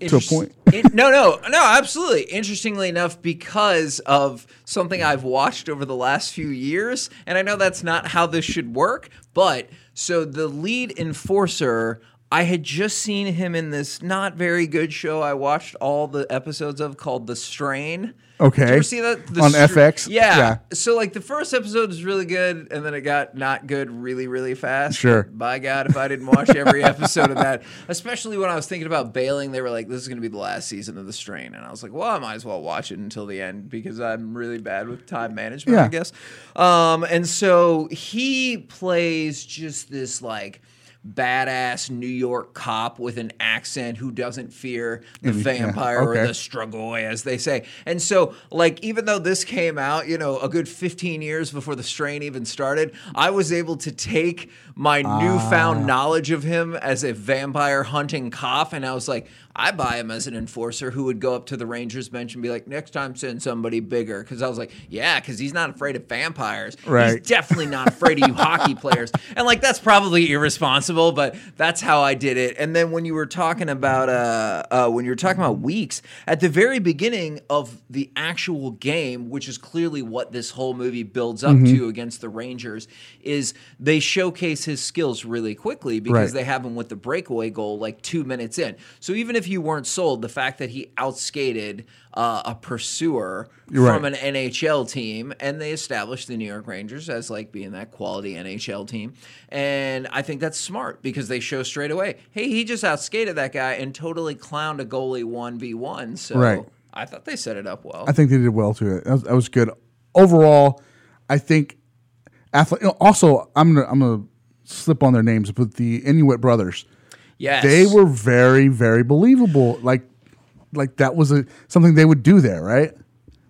Speaker 1: To a point.
Speaker 13: In- no, no, no, absolutely. Interestingly enough, because of something I've watched over the last few years, and I know that's not how this should work, but so the lead enforcer, I had just seen him in this not very good show I watched all the episodes of called The Strain.
Speaker 1: Okay.
Speaker 13: Did you ever see that? The
Speaker 1: On
Speaker 13: Stra-
Speaker 1: FX?
Speaker 13: Yeah.
Speaker 1: Yeah.
Speaker 13: So like the first episode was really good, and then it got not good really, really fast.
Speaker 1: Sure.
Speaker 13: By God, if I didn't watch every episode of that, especially when I was thinking about bailing, they were like, "This is going to be the last season of The Strain," and I was like, "Well, I might as well watch it until the end because I'm really bad with time management, I
Speaker 1: Yeah.
Speaker 13: guess." Um, and so he plays just this like badass New York cop with an accent who doesn't fear the
Speaker 1: Any- yeah,
Speaker 13: vampire or
Speaker 1: okay.
Speaker 13: the struggle, as they say. And so, like, even though this came out, you know, a good 15 years before the strain even started, I was able to take my newfound knowledge of him as a vampire hunting cop, and I was like, I buy him as an enforcer who would go up to the ranger's bench and be like, next time send somebody bigger. Cause I was like, yeah, cause he's not afraid of vampires.
Speaker 1: Right.
Speaker 13: He's definitely not afraid of you hockey players. And like, that's probably irresponsible, but that's how I did it. And then when you were talking about, uh, uh, when you were talking about weeks, at the very beginning of the actual game, which is clearly what this whole movie builds up
Speaker 1: Mhm.
Speaker 13: to against the Rangers, is they showcase his skills really quickly because
Speaker 1: Right.
Speaker 13: they have him with the breakaway goal like two minutes in. So even if you weren't sold, the fact that he outskated uh, a pursuer
Speaker 1: You're right.
Speaker 13: from an NHL team, and they established the New York Rangers as like being that quality NHL team, and I think that's smart because they show straight away, hey, he just outskated that guy and totally clowned a goalie one v one. So
Speaker 1: Right.
Speaker 13: I thought they set it up well.
Speaker 1: I think they did well to it. That was, that was good. Overall, I think athlete. Also, I'm gonna I'm gonna slip on their names, but the Inuit brothers.
Speaker 13: Yes.
Speaker 1: they were very very believable. Like like that was a something they would do there, right?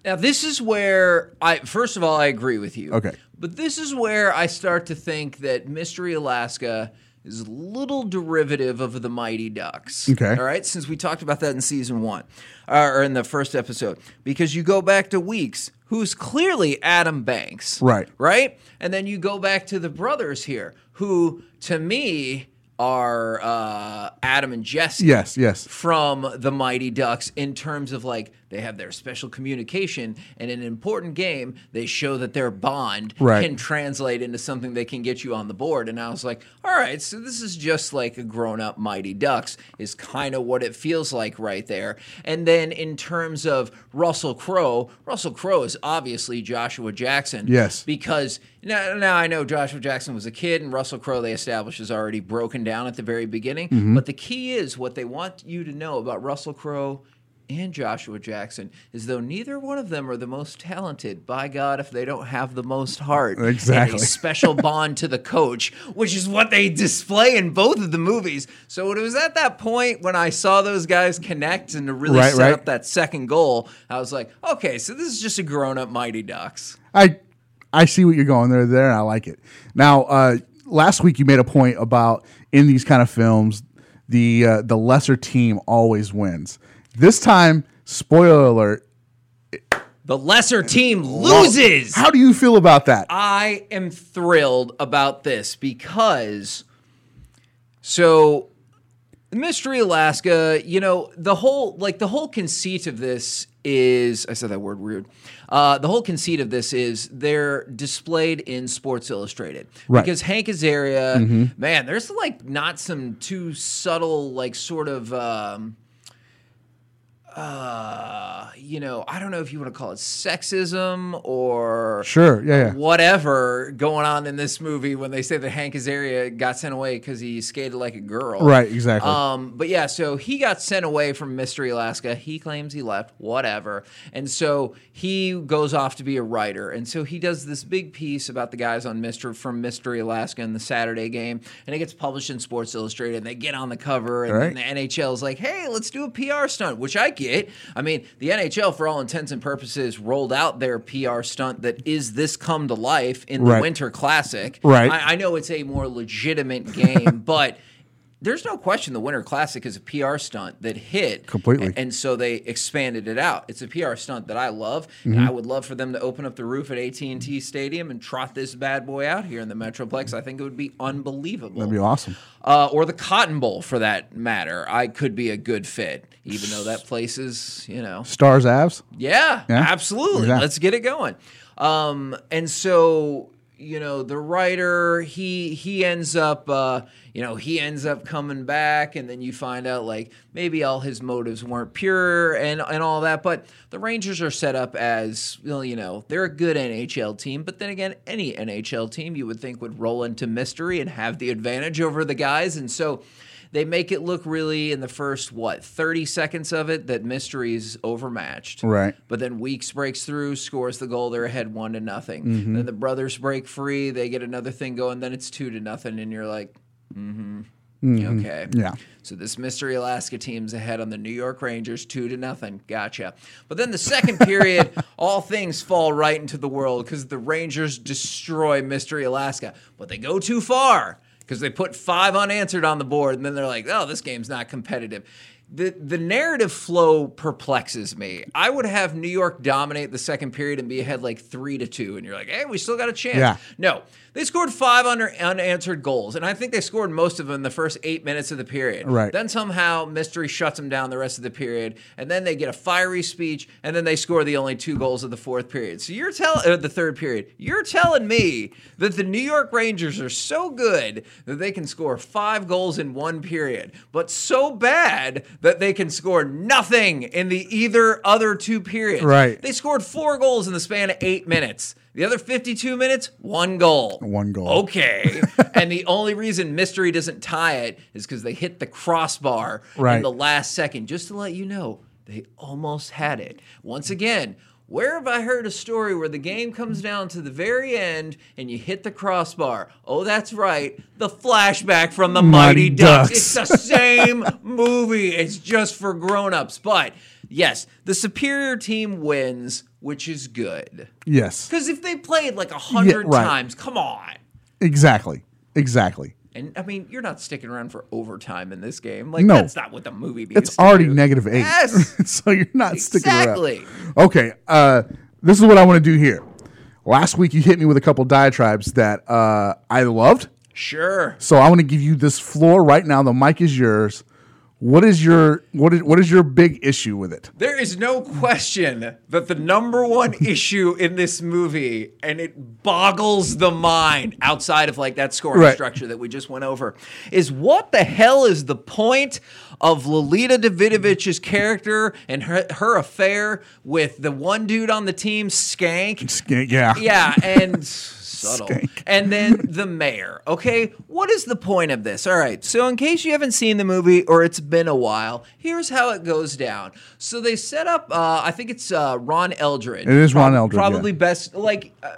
Speaker 13: Now this is where I first of all I agree with you.
Speaker 1: Okay.
Speaker 13: But this is where I start to think that Mystery Alaska is a little derivative of the Mighty Ducks.
Speaker 1: Okay.
Speaker 13: All right, since we talked about that in season one, uh, or in the first episode, because you go back to Weeks, who's clearly Adam Banks.
Speaker 1: Right.
Speaker 13: Right? And then you go back to the brothers here, who to me are uh, Adam and Jesse
Speaker 1: Yes, yes.
Speaker 13: from the Mighty Ducks in terms of like they have their special communication and in an important game they show that their bond
Speaker 1: Right.
Speaker 13: can translate into something that can get you on the board and I was like all right so this is just like a grown up Mighty Ducks is kind of what it feels like right there and then in terms of Russell Crowe Russell Crowe is obviously Joshua Jackson
Speaker 1: Yes.
Speaker 13: because now, now I know Joshua Jackson was a kid and Russell Crowe they established is already broken down at the very beginning.
Speaker 1: Mhm.
Speaker 13: But the key is what they want you to know about Russell Crowe and Joshua Jackson is though neither one of them are the most talented. By God, if they don't have the most heart, and a
Speaker 1: Exactly.
Speaker 13: special bond to the coach, which is what they display in both of the movies. So it was at that point when I saw those guys connect and to really
Speaker 1: Right,
Speaker 13: set
Speaker 1: right.
Speaker 13: up that second goal, I was like, okay, so this is just a grown-up Mighty Ducks.
Speaker 1: I I see what you're going there there and I like it. Now, uh last week you made a point about in these kind of films the uh, the lesser team always wins. This time, spoiler alert,
Speaker 13: The lesser team loses.
Speaker 1: How do you feel about that?
Speaker 13: I am thrilled about this because so Mystery Alaska, you know, the whole like the whole conceit of this is I said that word weird. Uh, the whole conceit of this is they're displayed in Sports Illustrated.
Speaker 14: Right.
Speaker 13: Because Hank Azaria,
Speaker 14: Mhm.
Speaker 13: man, there's like not some too subtle, like sort of um uh, you know, I don't know if you want to call it sexism or
Speaker 1: Sure, yeah, yeah.
Speaker 13: whatever going on in this movie when they say that Hank Azaria got sent away because he skated like a girl.
Speaker 1: Right, exactly.
Speaker 13: Um, but yeah, so he got sent away from Mystery Alaska. He claims he left, whatever. And so he goes off to be a writer. And so he does this big piece about the guys on Mr. from Mystery Alaska in the Saturday game. And it gets published in Sports Illustrated. And they get on the cover. And
Speaker 1: All right.
Speaker 13: then the NHL's like, hey, let's do a PR stunt, which I get. I mean, the NHL, for all intents and purposes, rolled out their PR stunt that is this come to life in the
Speaker 1: Right.
Speaker 13: Winter Classic.
Speaker 1: Right.
Speaker 13: I, I know it's a more legitimate game, but there's no question the Winter Classic is a PR stunt that hit
Speaker 1: Completely.
Speaker 13: a- and so they expanded it out. It's a PR stunt that I love,
Speaker 1: Mhm.
Speaker 13: and I would love for them to open up the roof at AT&T Stadium and trot this bad boy out here in the Metroplex. I think it would be unbelievable.
Speaker 1: That'd be awesome.
Speaker 13: Uh, or the Cotton Bowl, for that matter. I could be a good fit, even though that place is, you know,
Speaker 1: Stars Avs?
Speaker 13: yeah,
Speaker 1: Yeah?
Speaker 13: absolutely.
Speaker 1: Exactly.
Speaker 13: Let's get it going. Um, and so you know the writer he he ends up uh, you know he ends up coming back and then you find out like maybe all his motives weren't pure and and all that but the rangers are set up as well you know they're a good nhl team but then again any nhl team you would think would roll into mystery and have the advantage over the guys and so they make it look really in the first what 30 seconds of it that mystery's overmatched
Speaker 1: Right.
Speaker 13: but then weeks breaks through scores the goal they're ahead one to nothing
Speaker 1: Mhm.
Speaker 13: then the brothers break free they get another thing going then it's two to nothing and you're like Mm-hmm.
Speaker 1: Mhm.
Speaker 13: Okay.
Speaker 1: Yeah.
Speaker 13: So this Mystery Alaska team's ahead on the New York Rangers, two to nothing. Gotcha. But then the second period, all things fall right into the world because the Rangers destroy Mystery Alaska, but they go too far because they put five unanswered on the board, and then they're like, "Oh, this game's not competitive." The, the narrative flow perplexes me. I would have New York dominate the second period and be ahead like three to two, and you're like, "Hey, we still got a chance."
Speaker 1: Yeah.
Speaker 13: No, they scored five under unanswered goals, and I think they scored most of them in the first eight minutes of the period.
Speaker 1: Right.
Speaker 13: Then somehow mystery shuts them down the rest of the period, and then they get a fiery speech, and then they score the only two goals of the fourth period. So you're telling the third period, you're telling me that the New York Rangers are so good that they can score five goals in one period, but so bad that they can score nothing in the either other two periods.
Speaker 1: Right.
Speaker 13: They scored four goals in the span of eight minutes. The other 52 minutes, one goal.
Speaker 1: One goal.
Speaker 13: Okay. and the only reason Mystery doesn't tie it is because they hit the crossbar in
Speaker 1: Right.
Speaker 13: the last second. Just to let you know, they almost had it. Once again, where have I heard a story where the game comes down to the very end and you hit the crossbar? Oh, that's right. The flashback from the
Speaker 1: Mighty
Speaker 13: Mighty, Ducks.
Speaker 1: Ducks.
Speaker 13: It's the same movie. It's just for grown-ups. But yes, the superior team wins, which is good.
Speaker 1: Yes.
Speaker 13: Because if they played like a hundred
Speaker 1: right.
Speaker 13: times, come on.
Speaker 1: Exactly. Exactly.
Speaker 13: And I mean, you're not sticking around for overtime in this game. Like
Speaker 1: No.
Speaker 13: that's not what the movie means.
Speaker 1: It's already negative eight.
Speaker 13: Yes.
Speaker 1: so you're not
Speaker 13: Exactly.
Speaker 1: sticking around. Okay. Uh, this is what I want to do here. Last week you hit me with a couple diatribes that uh, I loved.
Speaker 13: Sure.
Speaker 1: So I want to give you this floor right now. The mic is yours. What is your what is what is your big issue with it?
Speaker 13: There is no question that the number one issue in this movie, and it boggles the mind outside of like that scoring
Speaker 1: Right.
Speaker 13: structure that we just went over, is what the hell is the point of Lolita Davidovich's character and her, her affair with the one dude on the team, Skank?
Speaker 1: Yeah.
Speaker 13: Yeah, and subtle.
Speaker 1: Skank.
Speaker 13: And then the mayor. Okay, what is the point of this? All right, so in case you haven't seen the movie or it's been a while, here's how it goes down. So they set up, uh, I think it's uh, Ron Eldred.
Speaker 1: It is Ron
Speaker 13: Prob-
Speaker 1: Eldred, yeah.
Speaker 13: Probably best, like, uh,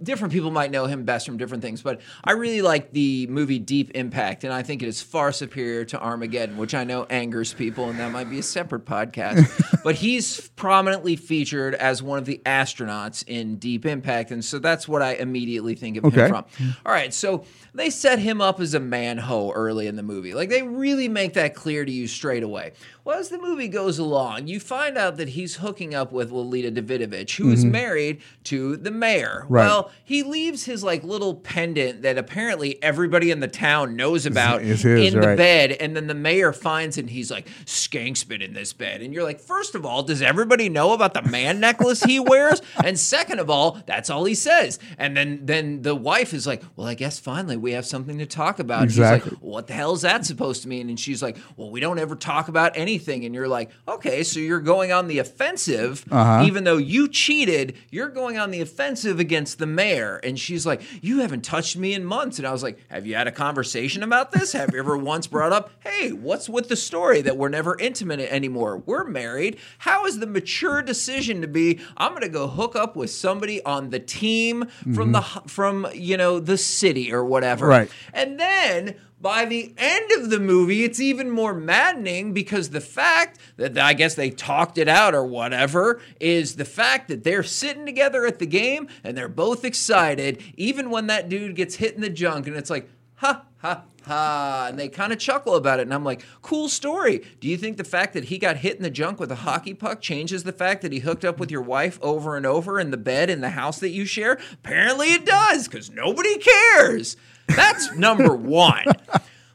Speaker 13: different people might know him best from different things, but I really like the movie Deep Impact, and I think it is far superior to Armageddon, which I know angers people, and that might be a separate podcast. but he's prominently featured as one of the astronauts in Deep Impact, and so that's what I immediately think of
Speaker 1: Okay.
Speaker 13: him from. All right, so they set him up as a manho early in the movie. Like they really make that clear to you straight away. Well, as the movie goes along, you find out that he's hooking up with Lolita Davidovich, who is
Speaker 1: Mhm.
Speaker 13: married to the mayor.
Speaker 1: Right.
Speaker 13: Well, he leaves his like little pendant that apparently everybody in the town knows about
Speaker 1: It's his,
Speaker 13: in the
Speaker 1: right.
Speaker 13: bed, and then the mayor finds it and he's like, Skank's been in this bed. And you're like, first of all, does everybody know about the man necklace he wears? And second of all, that's all he says. And then then the wife is like, Well, I guess finally we have something to talk about. And
Speaker 1: Exactly.
Speaker 13: He's like, What the hell's that supposed to mean? And she's like, Well, we don't ever talk about anything. And you're like, Okay, so you're going on the offensive,
Speaker 1: Uh-huh.
Speaker 13: even though you cheated, you're going on the offensive against the mayor. And she's like, You haven't touched me in months. And I was like, Have you had a conversation about this? Have you ever once brought up, Hey, what's with the story that we're never intimate anymore? We're married. How is the mature decision to be, I'm going to go hook up with somebody on the team from the h- from you know the city or whatever
Speaker 1: Mm-hmm. Right.
Speaker 13: and then by the end of the movie, it's even more maddening because the fact that I guess they talked it out or whatever is the fact that they're sitting together at the game and they're both excited, even when that dude gets hit in the junk and it's like, ha, ha, ha. And they kind of chuckle about it. And I'm like, cool story. Do you think the fact that he got hit in the junk with a hockey puck changes the fact that he hooked up with your wife over and over in the bed in the house that you share? Apparently it does because nobody cares. That's number one.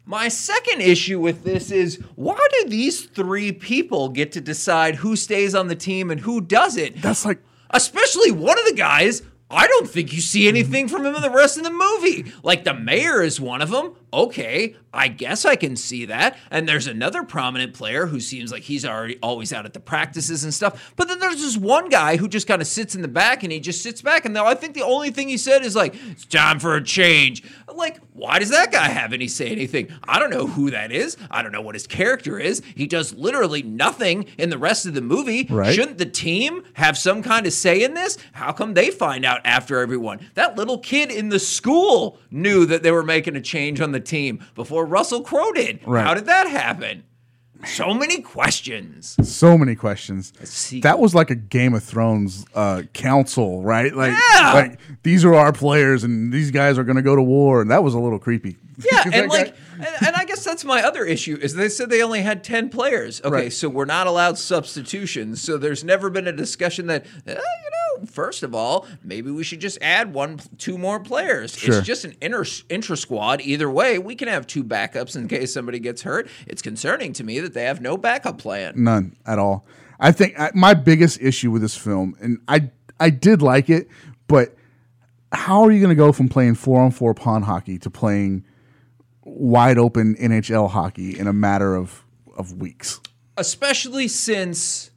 Speaker 13: My second issue with this is why do these three people get to decide who stays on the team and who doesn't?
Speaker 1: That's like
Speaker 13: Especially one of the guys. I don't think you see anything from him in the rest of the movie. Like the mayor is one of them. Okay, I guess I can see that. And there's another prominent player who seems like he's already always out at the practices and stuff. But then there's this one guy who just kind of sits in the back and he just sits back. And I think the only thing he said is like, "It's time for a change." Like, why does that guy have any say anything? I don't know who that is. I don't know what his character is. He does literally nothing in the rest of the movie.
Speaker 1: Right.
Speaker 13: Shouldn't the team have some kind of say in this? How come they find out after everyone? That little kid in the school knew that they were making a change on the team before Russell Crowe did.
Speaker 1: Right.
Speaker 13: How did that happen? So many questions.
Speaker 1: So many questions.
Speaker 13: sequel.
Speaker 1: That was like a Game of Thrones uh, council, right? Like, like these are our players, and these guys are going to go to war, and that was a little creepy.
Speaker 13: Yeah, and like, and, and I guess that's my other issue is they said they only had ten players. Okay,
Speaker 1: Right.
Speaker 13: so we're not allowed substitutions. So there's never been a discussion that eh, you know. First of all, maybe we should just add one, two more players.
Speaker 1: Sure.
Speaker 13: It's just an inter intra squad. Either way, we can have two backups in case somebody gets hurt. It's concerning to me that they have no backup plan.
Speaker 1: None at all. I think I, my biggest issue with this film, and I I did like it, but how are you going to go from playing four on four pond hockey to playing wide open NHL hockey in a matter of of weeks?
Speaker 13: especially since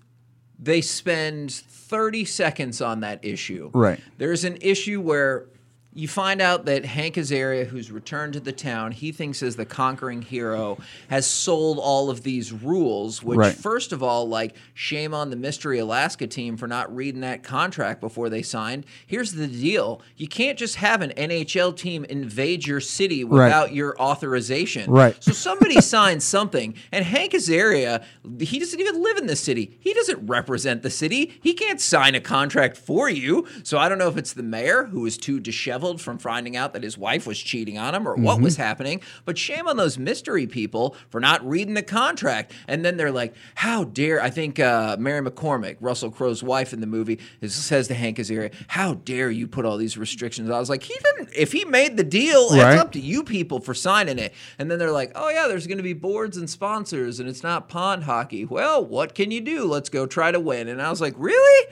Speaker 13: they spend 30 seconds on that issue.
Speaker 1: Right.
Speaker 13: There's an issue where you find out that Hank Azaria, who's returned to the town, he thinks is the conquering hero, has sold all of these rules, which,
Speaker 1: Right.
Speaker 13: first of all, like, shame on the Mystery Alaska team for not reading that contract before they signed. Here's the deal you can't just have an NHL team invade your city
Speaker 1: Right.
Speaker 13: without your authorization.
Speaker 1: Right.
Speaker 13: So somebody signed something, and Hank Azaria, he doesn't even live in the city. He doesn't represent the city. He can't sign a contract for you. So I don't know if it's the mayor who was too disheveled from finding out that his wife was cheating on him or what
Speaker 1: Mhm.
Speaker 13: was happening. But shame on those mystery people for not reading the contract. And then they're like, how dare, I think uh, Mary McCormick, Russell Crowe's wife in the movie, is, says to Hank Azaria, how dare you put all these restrictions? I was like, he didn't, if he made the deal,
Speaker 1: Right.
Speaker 13: it's up to you people for signing it. And then they're like, oh, yeah, there's going to be boards and sponsors, and it's not pond hockey. Well, what can you do? Let's go try to win. And I was like, really?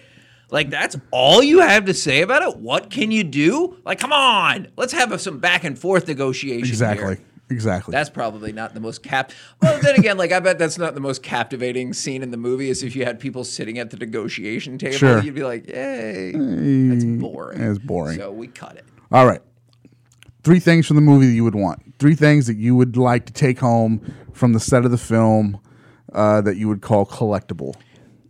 Speaker 13: Like, that's all you have to say about it? What can you do? Like, come on, let's have some back and forth negotiation. here.
Speaker 1: Exactly. Exactly.
Speaker 13: That's probably not the most cap. Well, then again, like I bet that's not the most captivating scene in the movie. Is if you had people sitting at the negotiation table,
Speaker 1: Sure.
Speaker 13: you'd be like, "Yay,
Speaker 1: That's
Speaker 13: boring."
Speaker 1: It's boring.
Speaker 13: So we cut it.
Speaker 1: All right. Three things from the movie that you would want. Three things that you would like to take home from the set of the film uh, that you would call collectible.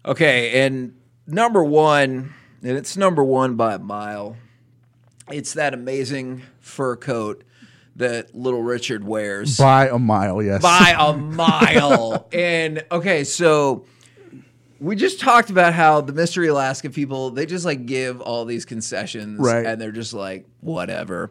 Speaker 13: Okay, and number one, and it's number one by a mile. It's that amazing fur coat that Little Richard wears.
Speaker 1: By a mile, yes.
Speaker 13: by a mile. and okay, so we just talked about how the Mystery Alaska people they just like give all these concessions,
Speaker 1: Right.
Speaker 13: And they're just like whatever.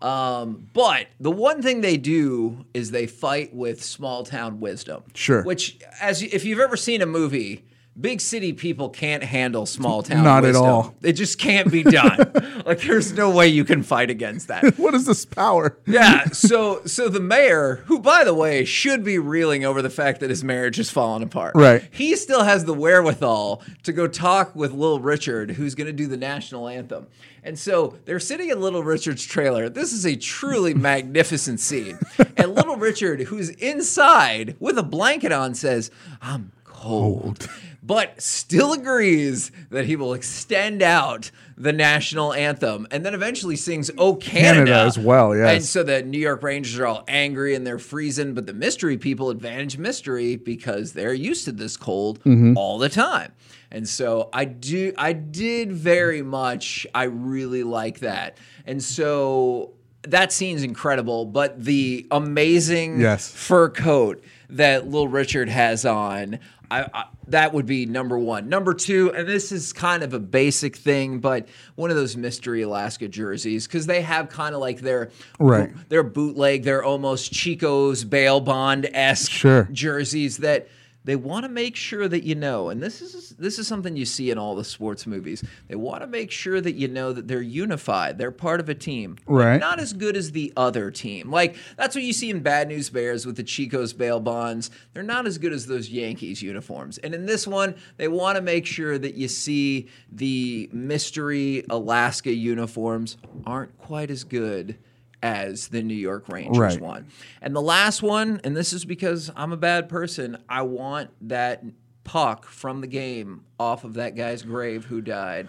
Speaker 13: Um, but the one thing they do is they fight with small town wisdom.
Speaker 1: Sure.
Speaker 13: Which, as you, if you've ever seen a movie. Big city people can't handle small town.
Speaker 1: Not at
Speaker 13: wisdom.
Speaker 1: all.
Speaker 13: It just can't be done. like there's no way you can fight against that.
Speaker 1: what is this power?
Speaker 13: Yeah. So so the mayor, who by the way should be reeling over the fact that his marriage is falling apart,
Speaker 1: Right.
Speaker 13: He still has the wherewithal to go talk with Little Richard, who's going to do the national anthem. And so they're sitting in Little Richard's trailer. This is a truly magnificent scene. And Little Richard, who's inside with a blanket on, says, "I'm cold." But still agrees that he will extend out the national anthem and then eventually sings Oh Canada,
Speaker 1: Canada as well, yes.
Speaker 13: And so the New York Rangers are all angry and they're freezing, but the mystery people advantage mystery because they're used to this cold
Speaker 1: Mhm.
Speaker 13: all the time. And so I do I did very much I really like that. And so that scene's incredible, but the amazing
Speaker 1: Yes.
Speaker 13: fur coat that Little Richard has on, I, I, that would be number one. Number two, and this is kind of a basic thing, but one of those mystery Alaska jerseys because they have kind of like their
Speaker 1: Right.
Speaker 13: their bootleg, their almost Chico's bail bond esque
Speaker 1: Sure.
Speaker 13: jerseys that they want to make sure that you know. And this is this is something you see in all the sports movies. They want to make sure that you know that they're unified. They're part of a team. Like,
Speaker 1: Right.
Speaker 13: Not as good as the other team. Like that's what you see in Bad News Bears with the Chico's bail bonds. They're not as good as those Yankees uniforms. And in this one, they want to make sure that you see the mystery Alaska uniforms aren't quite as good as the New York Rangers
Speaker 1: Right.
Speaker 13: one. And the last one, and this is because I'm a bad person, I want that puck from the game off of that guy's grave who died.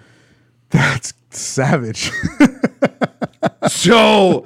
Speaker 1: That's savage.
Speaker 13: So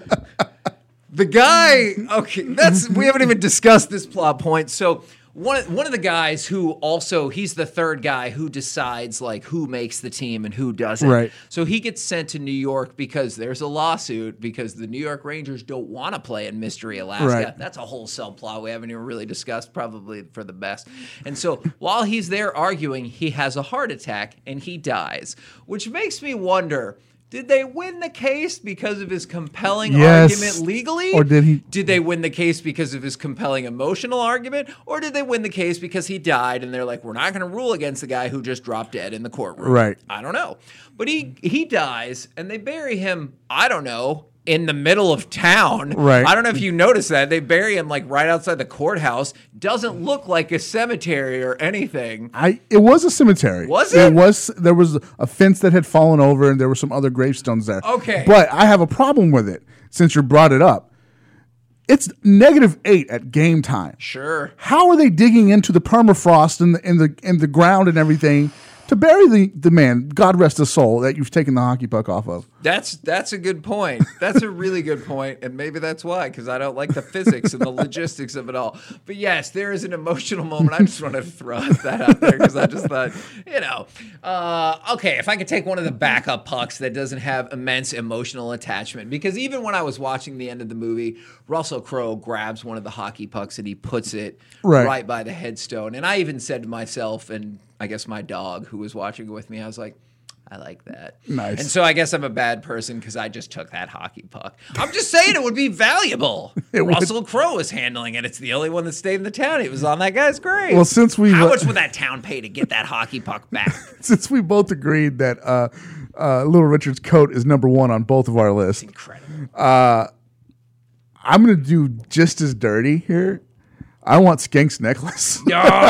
Speaker 13: The guy, okay, that's we haven't even discussed this plot point. So one one of the guys who also he's the third guy who decides like who makes the team and who doesn't.
Speaker 1: Right.
Speaker 13: So he gets sent to New York because there's a lawsuit because the New York Rangers don't want to play in Mystery Alaska.
Speaker 1: Right.
Speaker 13: That's a whole subplot we haven't even really discussed, probably for the best. And so while he's there arguing, he has a heart attack and he dies, which makes me wonder. Did they win the case because of his compelling
Speaker 1: Yes.
Speaker 13: argument legally?
Speaker 1: Or did he-
Speaker 13: Did they win the case because of his compelling emotional argument? Or did they win the case because he died and they're like, we're not going to rule against the guy who just dropped dead in the courtroom?
Speaker 1: Right.
Speaker 13: I don't know. But he he dies and they bury him, I don't know, in the middle of town.
Speaker 1: Right.
Speaker 13: I don't know if you noticed that. They bury him like right outside the courthouse. Doesn't look like a cemetery or anything.
Speaker 1: I it was a cemetery.
Speaker 13: Was it?
Speaker 1: It was there was a fence that had fallen over and there were some other gravestones there.
Speaker 13: Okay.
Speaker 1: But I have a problem with it since you brought it up. It's negative eight at game time.
Speaker 13: Sure.
Speaker 1: How are they digging into the permafrost and the in the in the ground and everything to bury the, the man, God rest his soul, that you've taken the hockey puck off of?
Speaker 13: That's that's a good point. That's a really good point, and maybe that's why because I don't like the physics and the logistics of it all. But yes, there is an emotional moment. I just want to throw that out there because I just thought, you know, uh, okay, if I could take one of the backup pucks that doesn't have immense emotional attachment, because even when I was watching the end of the movie, Russell Crowe grabs one of the hockey pucks and he puts it
Speaker 1: Right.
Speaker 13: right by the headstone, and I even said to myself, and I guess my dog who was watching with me, I was like. I like that.
Speaker 1: Nice.
Speaker 13: And so I guess I'm a bad person because I just took that hockey puck. I'm just saying it would be valuable.
Speaker 1: It would.
Speaker 13: Russell Crowe is handling it. It's the only one that stayed in the town. It was on that guy's grave.
Speaker 1: Well, since we've-
Speaker 13: how much would that town pay to get that hockey puck back?
Speaker 1: Since we both agreed that uh, uh, Little Richard's coat is number one on both of our lists.
Speaker 13: Incredible.
Speaker 1: Uh, I'm gonna do just as dirty here. I want Skank's necklace.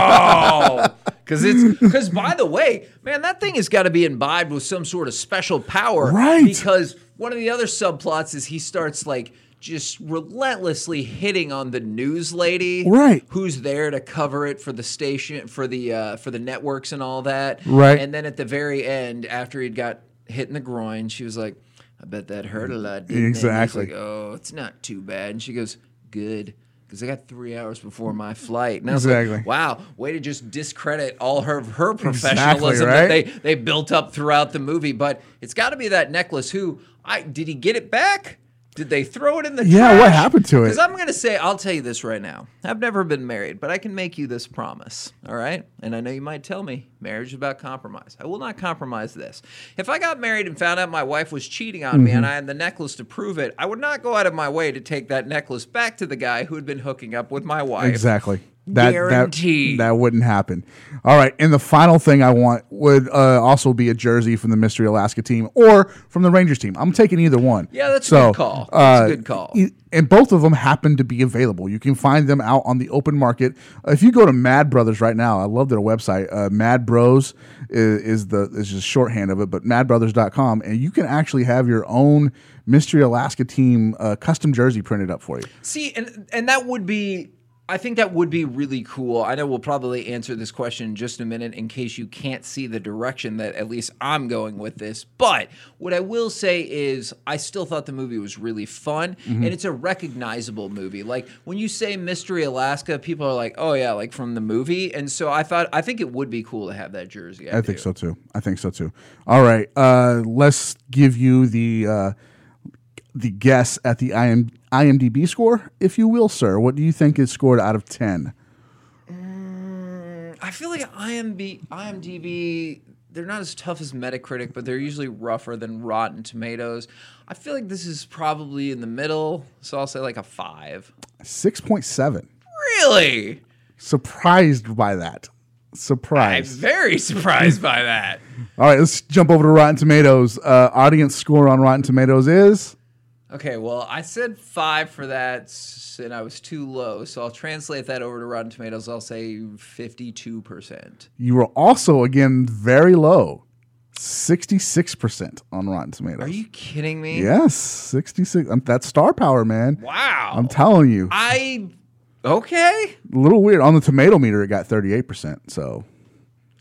Speaker 13: No, because it's because by the way, man, that thing has got to be imbibed with some sort of special power,
Speaker 1: Right.
Speaker 13: Because one of the other subplots is he starts like just relentlessly hitting on the news lady,
Speaker 1: Right.
Speaker 13: Who's there to cover it for the station, for the uh, for the networks and all that,
Speaker 1: Right.
Speaker 13: And then at the very end, after he'd got hit in the groin, she was like, "I bet that hurt a lot." didn't it?" And he's
Speaker 1: Exactly.
Speaker 13: like, oh, it's not too bad. And she goes, good. Because I got three hours before my flight. And I was
Speaker 1: Exactly.
Speaker 13: like, wow, way to just discredit all her her professionalism
Speaker 1: Exactly,
Speaker 13: that they,
Speaker 1: right?
Speaker 13: they built up throughout the movie. But it's got to be that necklace who, I did he get it back? Did they throw it in the
Speaker 1: Yeah, what happened to it?
Speaker 13: Because I'm going to say, I'll tell you this right now. I've never been married, but I can make you this promise. All right. And I know you might tell me marriage is about compromise. I will not compromise this. If I got married and found out my wife was cheating on me and I had the necklace to prove it, I would not go out of my way to take that necklace back to the guy who had been hooking up with my wife.
Speaker 1: Exactly. That, that
Speaker 13: Guaranteed.
Speaker 1: that wouldn't happen. All right, and the final thing I want would uh, also be a jersey from the Mystery Alaska team or from the Rangers team. I'm taking either one.
Speaker 13: Yeah, that's a
Speaker 1: so,
Speaker 13: good call. That's a
Speaker 1: uh,
Speaker 13: good call.
Speaker 1: e- and both of them happen to be available. You can find them out on the open market. Uh, If you go to Mad Brothers right now, I love their website. Uh, Mad Bros is, is the is just shorthand of it, but madbrothers.com, and you can actually have your own Mystery Alaska team uh, custom jersey printed up for you.
Speaker 13: See, and and that would be I think that would be really cool. I know we'll probably answer this question in just a minute in case you can't see the direction that at least I'm going with this. But what I will say is I still thought the movie was really fun
Speaker 1: Mm-hmm.
Speaker 13: and it's a recognizable movie. Like when you say Mystery Alaska, people are like, "Oh yeah, like from the movie." And so I thought I think it would be cool to have that jersey.
Speaker 1: I think so too. I think so too. All right, uh, let's give you the uh, the guess at the IM, IMDb score, if you will, sir. What do you think is scored out of ten?
Speaker 13: I feel like IMB, IMDb, they're not as tough as Metacritic, but they're usually rougher than Rotten Tomatoes. I feel like this is probably in the middle, so I'll say like a five.
Speaker 1: Six point seven.
Speaker 13: Really?
Speaker 1: Surprised by that.
Speaker 13: I'm
Speaker 1: Surprised.
Speaker 13: very surprised by that.
Speaker 1: All right, let's jump over to Rotten Tomatoes. Uh, audience score on Rotten Tomatoes is
Speaker 13: Okay, well, I said five for that, s- and I was too low, so I'll translate that over to Rotten Tomatoes. I'll say 52%.
Speaker 1: you were also again very low, sixty six percent on Rotten Tomatoes.
Speaker 13: Are you kidding me?
Speaker 1: Yes, sixty six. Um, that's star power, man.
Speaker 13: Wow.
Speaker 1: I'm telling you.
Speaker 13: I. Okay.
Speaker 1: a little weird. On the tomato meter, it got 38%. So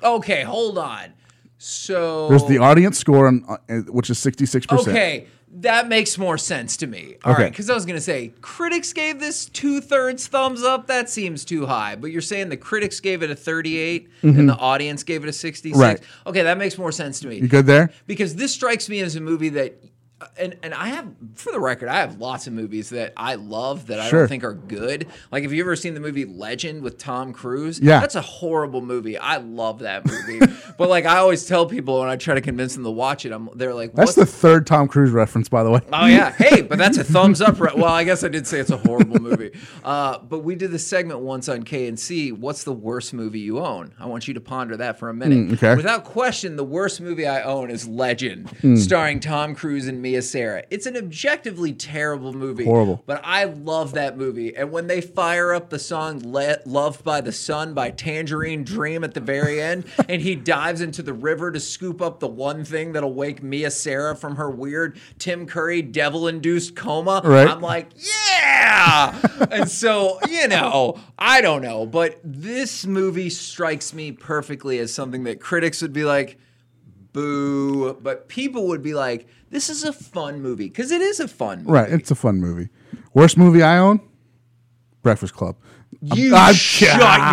Speaker 13: Okay, hold on. So.
Speaker 1: there's the audience score, on, uh, which is 66%.
Speaker 13: Oh. Okay, That makes more sense to me. All right,
Speaker 14: Okay.
Speaker 13: because I was gonna say critics gave this two thirds thumbs up. That seems too high, but you're saying the critics gave it a 38
Speaker 1: Mhm.
Speaker 13: and the audience gave it a 66.
Speaker 1: Right.
Speaker 13: Okay, that makes more sense to me.
Speaker 1: You good there?
Speaker 13: Because this strikes me as a movie that, uh, and and I have for the record, I have lots of movies that I love that I
Speaker 1: Sure.
Speaker 13: don't think are good. Like have you ever seen the movie Legend with Tom Cruise?
Speaker 1: Yeah.
Speaker 13: that's a horrible movie. I love that movie, but like I always tell people when I try to convince them to watch it, I'm they're like,
Speaker 1: That's
Speaker 13: "What
Speaker 1: the third Tom Cruise reference, by the way.
Speaker 13: Oh yeah, hey, but that's a thumbs up. Right? Well, I guess I did say it's a horrible movie. Uh, but we did this segment once on K and C. What's the worst movie you own? I want you to ponder that for a minute.
Speaker 1: Mm, okay.
Speaker 13: Without question, the worst movie I own is Legend,
Speaker 1: Mm.
Speaker 13: starring Tom Cruise and Mia Sarah. It's an objectively terrible movie.
Speaker 1: Horrible.
Speaker 13: But I love that movie. And when they fire up the song Le- "Love by the Sun" by Tangerine Dream at the very end, and he dives into the river to scoop up the one thing that'll wake Mia Sarah from her weird Tim Curry devil-induced coma,
Speaker 1: Right.
Speaker 13: I'm like, yeah. and so you know, I don't know, but this movie strikes me perfectly as something that critics would be like boo, but people would be like, this is a fun movie because it is a fun movie.
Speaker 1: Right, it's a fun movie. Worst movie I own? Breakfast Club. I'm-
Speaker 13: You
Speaker 1: I'm-
Speaker 13: shut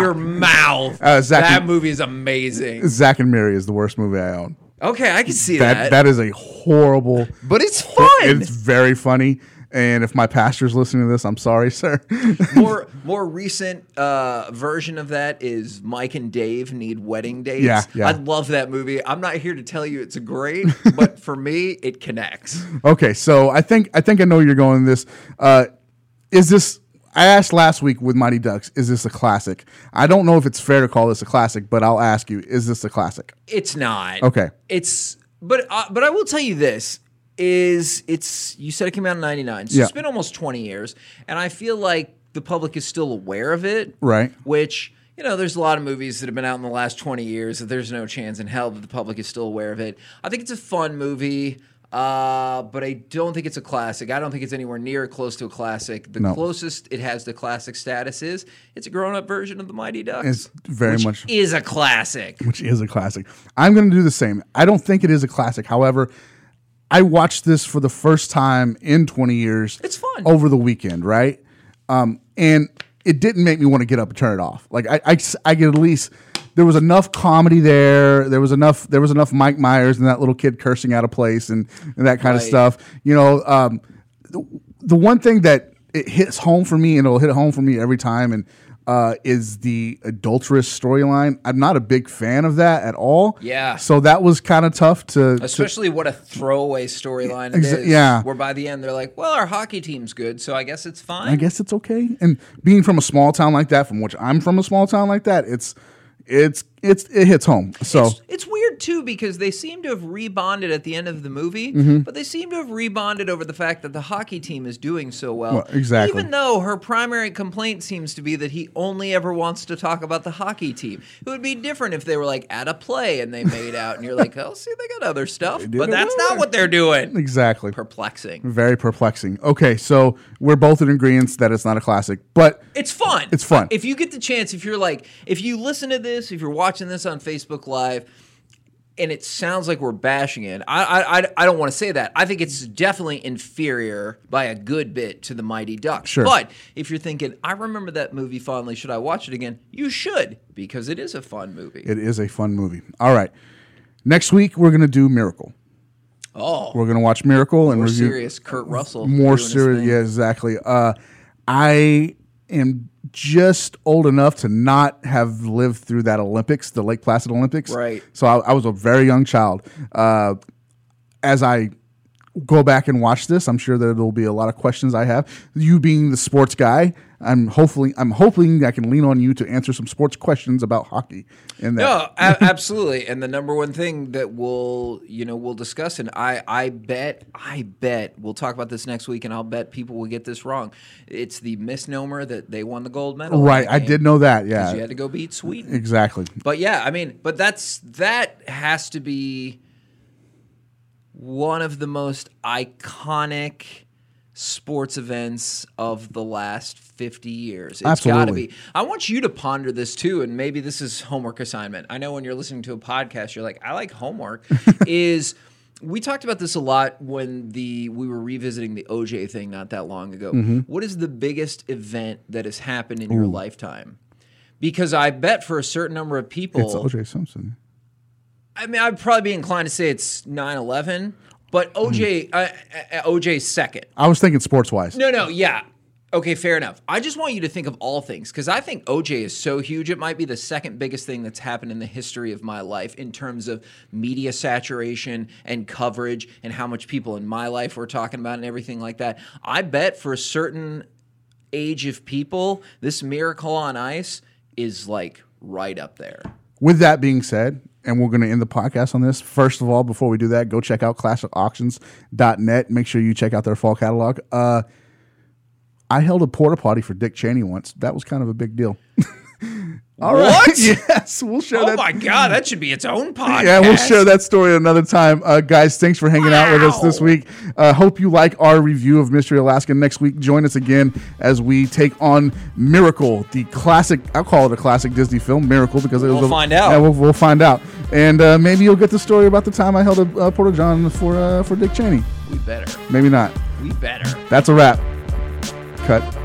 Speaker 13: your mouth.
Speaker 1: Uh, Zach
Speaker 13: that
Speaker 1: and-
Speaker 13: movie is amazing.
Speaker 1: Zack and Mary is the worst movie I own.
Speaker 13: Okay, I can see that.
Speaker 1: That is a horrible.
Speaker 13: But it's fun.
Speaker 1: It's very funny. And if my pastor's listening to this, I'm sorry, sir.
Speaker 13: more more recent uh, version of that is Mike and Dave need wedding dates.
Speaker 1: Yeah, yeah.
Speaker 13: I love that movie. I'm not here to tell you it's great, but for me, it connects.
Speaker 1: Okay, so I think I think I know where you're going with this. Uh, is this? I asked last week with Mighty Ducks, is this a classic? I don't know if it's fair to call this a classic, but I'll ask you, is this a classic?
Speaker 13: It's not.
Speaker 1: Okay.
Speaker 13: It's but uh, but I will tell you this is it's you said it came out in 99. So
Speaker 1: Yeah.
Speaker 13: it's been almost 20 years and I feel like the public is still aware of it.
Speaker 1: Right.
Speaker 13: Which you know, there's a lot of movies that have been out in the last 20 years that there's no chance in hell that the public is still aware of it. I think it's a fun movie. Uh, but I don't think it's a classic. I don't think it's anywhere near close to a classic. The
Speaker 1: No.
Speaker 13: closest it has to classic status is it's a grown-up version of the Mighty Ducks.
Speaker 1: It's very
Speaker 13: which
Speaker 1: much-
Speaker 13: is a classic.
Speaker 1: Which is a classic. I'm going to do the same. I don't think it is a classic. However, I watched this for the first time in 20 years. It's
Speaker 13: fun.
Speaker 1: Over the weekend, right? Um, and it didn't make me want to get up and turn it off. Like I, I, I could at least there was enough comedy there. There was enough. There was enough Mike Myers and that little kid cursing out of place and, and that kind of
Speaker 13: Right.
Speaker 1: stuff. You know, um, the, the one thing that it hits home for me and it'll hit home for me every time and uh, is the adulterous storyline. I'm not a big fan of that at all.
Speaker 13: Yeah.
Speaker 1: So that was kind of tough to. to-
Speaker 13: Especially what a throwaway storyline it is.
Speaker 1: Exa- yeah.
Speaker 13: Where by the end they're like, well, our hockey team's good, so I guess it's fine.
Speaker 1: I guess it's okay. And being from a small town like that, from which I'm from a small town like that, it's it's it's it hits home. So
Speaker 13: It's weird too because they seem to have rebonded at the end of the movie,
Speaker 1: Mhm.
Speaker 13: but they seem to have rebonded over the fact that the hockey team is doing so well.
Speaker 1: Well, exactly.
Speaker 13: Even though her primary complaint seems to be that he only ever wants to talk about the hockey team. It would be different if they were like at a play and they made out and you're like, "Oh, see, they got other stuff."
Speaker 1: did
Speaker 13: But
Speaker 1: it
Speaker 13: that's not what they're doing.
Speaker 1: exactly
Speaker 13: Perplexing.
Speaker 1: Very perplexing. Okay, so we're both in agreement that it's not a classic, but
Speaker 13: It's fun.
Speaker 1: It's fun.
Speaker 13: If you get the chance, if you're like, if you listen to this, if you're watching this on Facebook Live, and it sounds like we're bashing it, I I, I, I don't want to say that. I think it's definitely inferior by a good bit to the Mighty Ducks.
Speaker 1: Sure.
Speaker 13: But if you're thinking, I remember that movie fondly, should I watch it again? You should because it is a fun movie.
Speaker 1: it is a fun movie. All right, next week we're gonna do Miracle.
Speaker 13: Oh,
Speaker 1: We're gonna watch Miracle and
Speaker 13: more
Speaker 1: review
Speaker 13: serious Kurt Russell.
Speaker 1: more
Speaker 13: doing his
Speaker 1: serious.
Speaker 13: thing.
Speaker 1: Yeah, exactly. Uh, I am just old enough to not have lived through that Olympics, the Lake Placid Olympics.
Speaker 13: Right.
Speaker 1: So I, I was a very young child. Uh, as I go back and watch this, I'm sure there will be a lot of questions I have. You being the sports guy, I'm hopefully I'm hoping I can lean on you to answer some sports questions about hockey. And that.
Speaker 13: No, a- absolutely. And the number one thing that we'll you know we'll discuss, and I I bet I bet we'll talk about this next week, and I'll bet people will get this wrong. It's the misnomer that they won the gold medal. in
Speaker 1: Right,
Speaker 13: that
Speaker 1: I
Speaker 13: game
Speaker 1: did know that.
Speaker 13: 'cause
Speaker 1: Yeah,
Speaker 13: you had to go beat Sweden.
Speaker 1: Exactly.
Speaker 13: But yeah, I mean, but that's that has to be one of the most iconic sports events of the last 50 years. It's got to
Speaker 1: Absolutely.
Speaker 13: be. I want you to ponder this too and maybe this is homework assignment. I know when you're listening to a podcast you're like I like homework is we talked about this a lot when the we were revisiting the OJ thing not that long ago.
Speaker 1: Mhm.
Speaker 13: What is the biggest event that has happened in your
Speaker 1: Ooh.
Speaker 13: lifetime? Because I bet for a certain number of people,
Speaker 1: It's OJ Simpson.
Speaker 13: I mean, I'd probably be inclined to say it's 9/11, but OJ uh, uh, OJ's second.
Speaker 1: I was thinking sports wise.
Speaker 13: No, no, yeah. Okay, fair enough. I just want you to think of all things because I think OJ is so huge. It might be the second biggest thing that's happened in the history of my life in terms of media saturation and coverage and how much people in my life were talking about and everything like that. I bet for a certain age of people, this miracle on ice is like right up there.
Speaker 1: With that being said, and we're going to end the podcast on this. First of all, before we do that, go check out classicauctions.net. Make sure you check out their fall catalog. Uh, I held a porta potty for Dick Cheney once. That was kind of a big deal. All right.
Speaker 13: What?
Speaker 1: yes, we'll share
Speaker 13: oh
Speaker 1: that.
Speaker 13: my God, that should be its own podcast.
Speaker 1: Yeah, we'll share that story another time. Uh, guys, thanks for hanging out with us this week. Uh, hope you like our review of Mystery Alaska next week. Join us again as we take on Miracle, the classic, I'll call it a classic Disney film, Miracle, because it was
Speaker 13: We'll
Speaker 1: a-
Speaker 13: find out.
Speaker 1: Yeah, we'll, we'll find out. And uh, maybe you'll get the story about the time I held a uh, Porta John for, uh, for Dick Cheney.
Speaker 13: We better.
Speaker 1: Maybe not.
Speaker 13: We better.
Speaker 1: That's a wrap. Cut.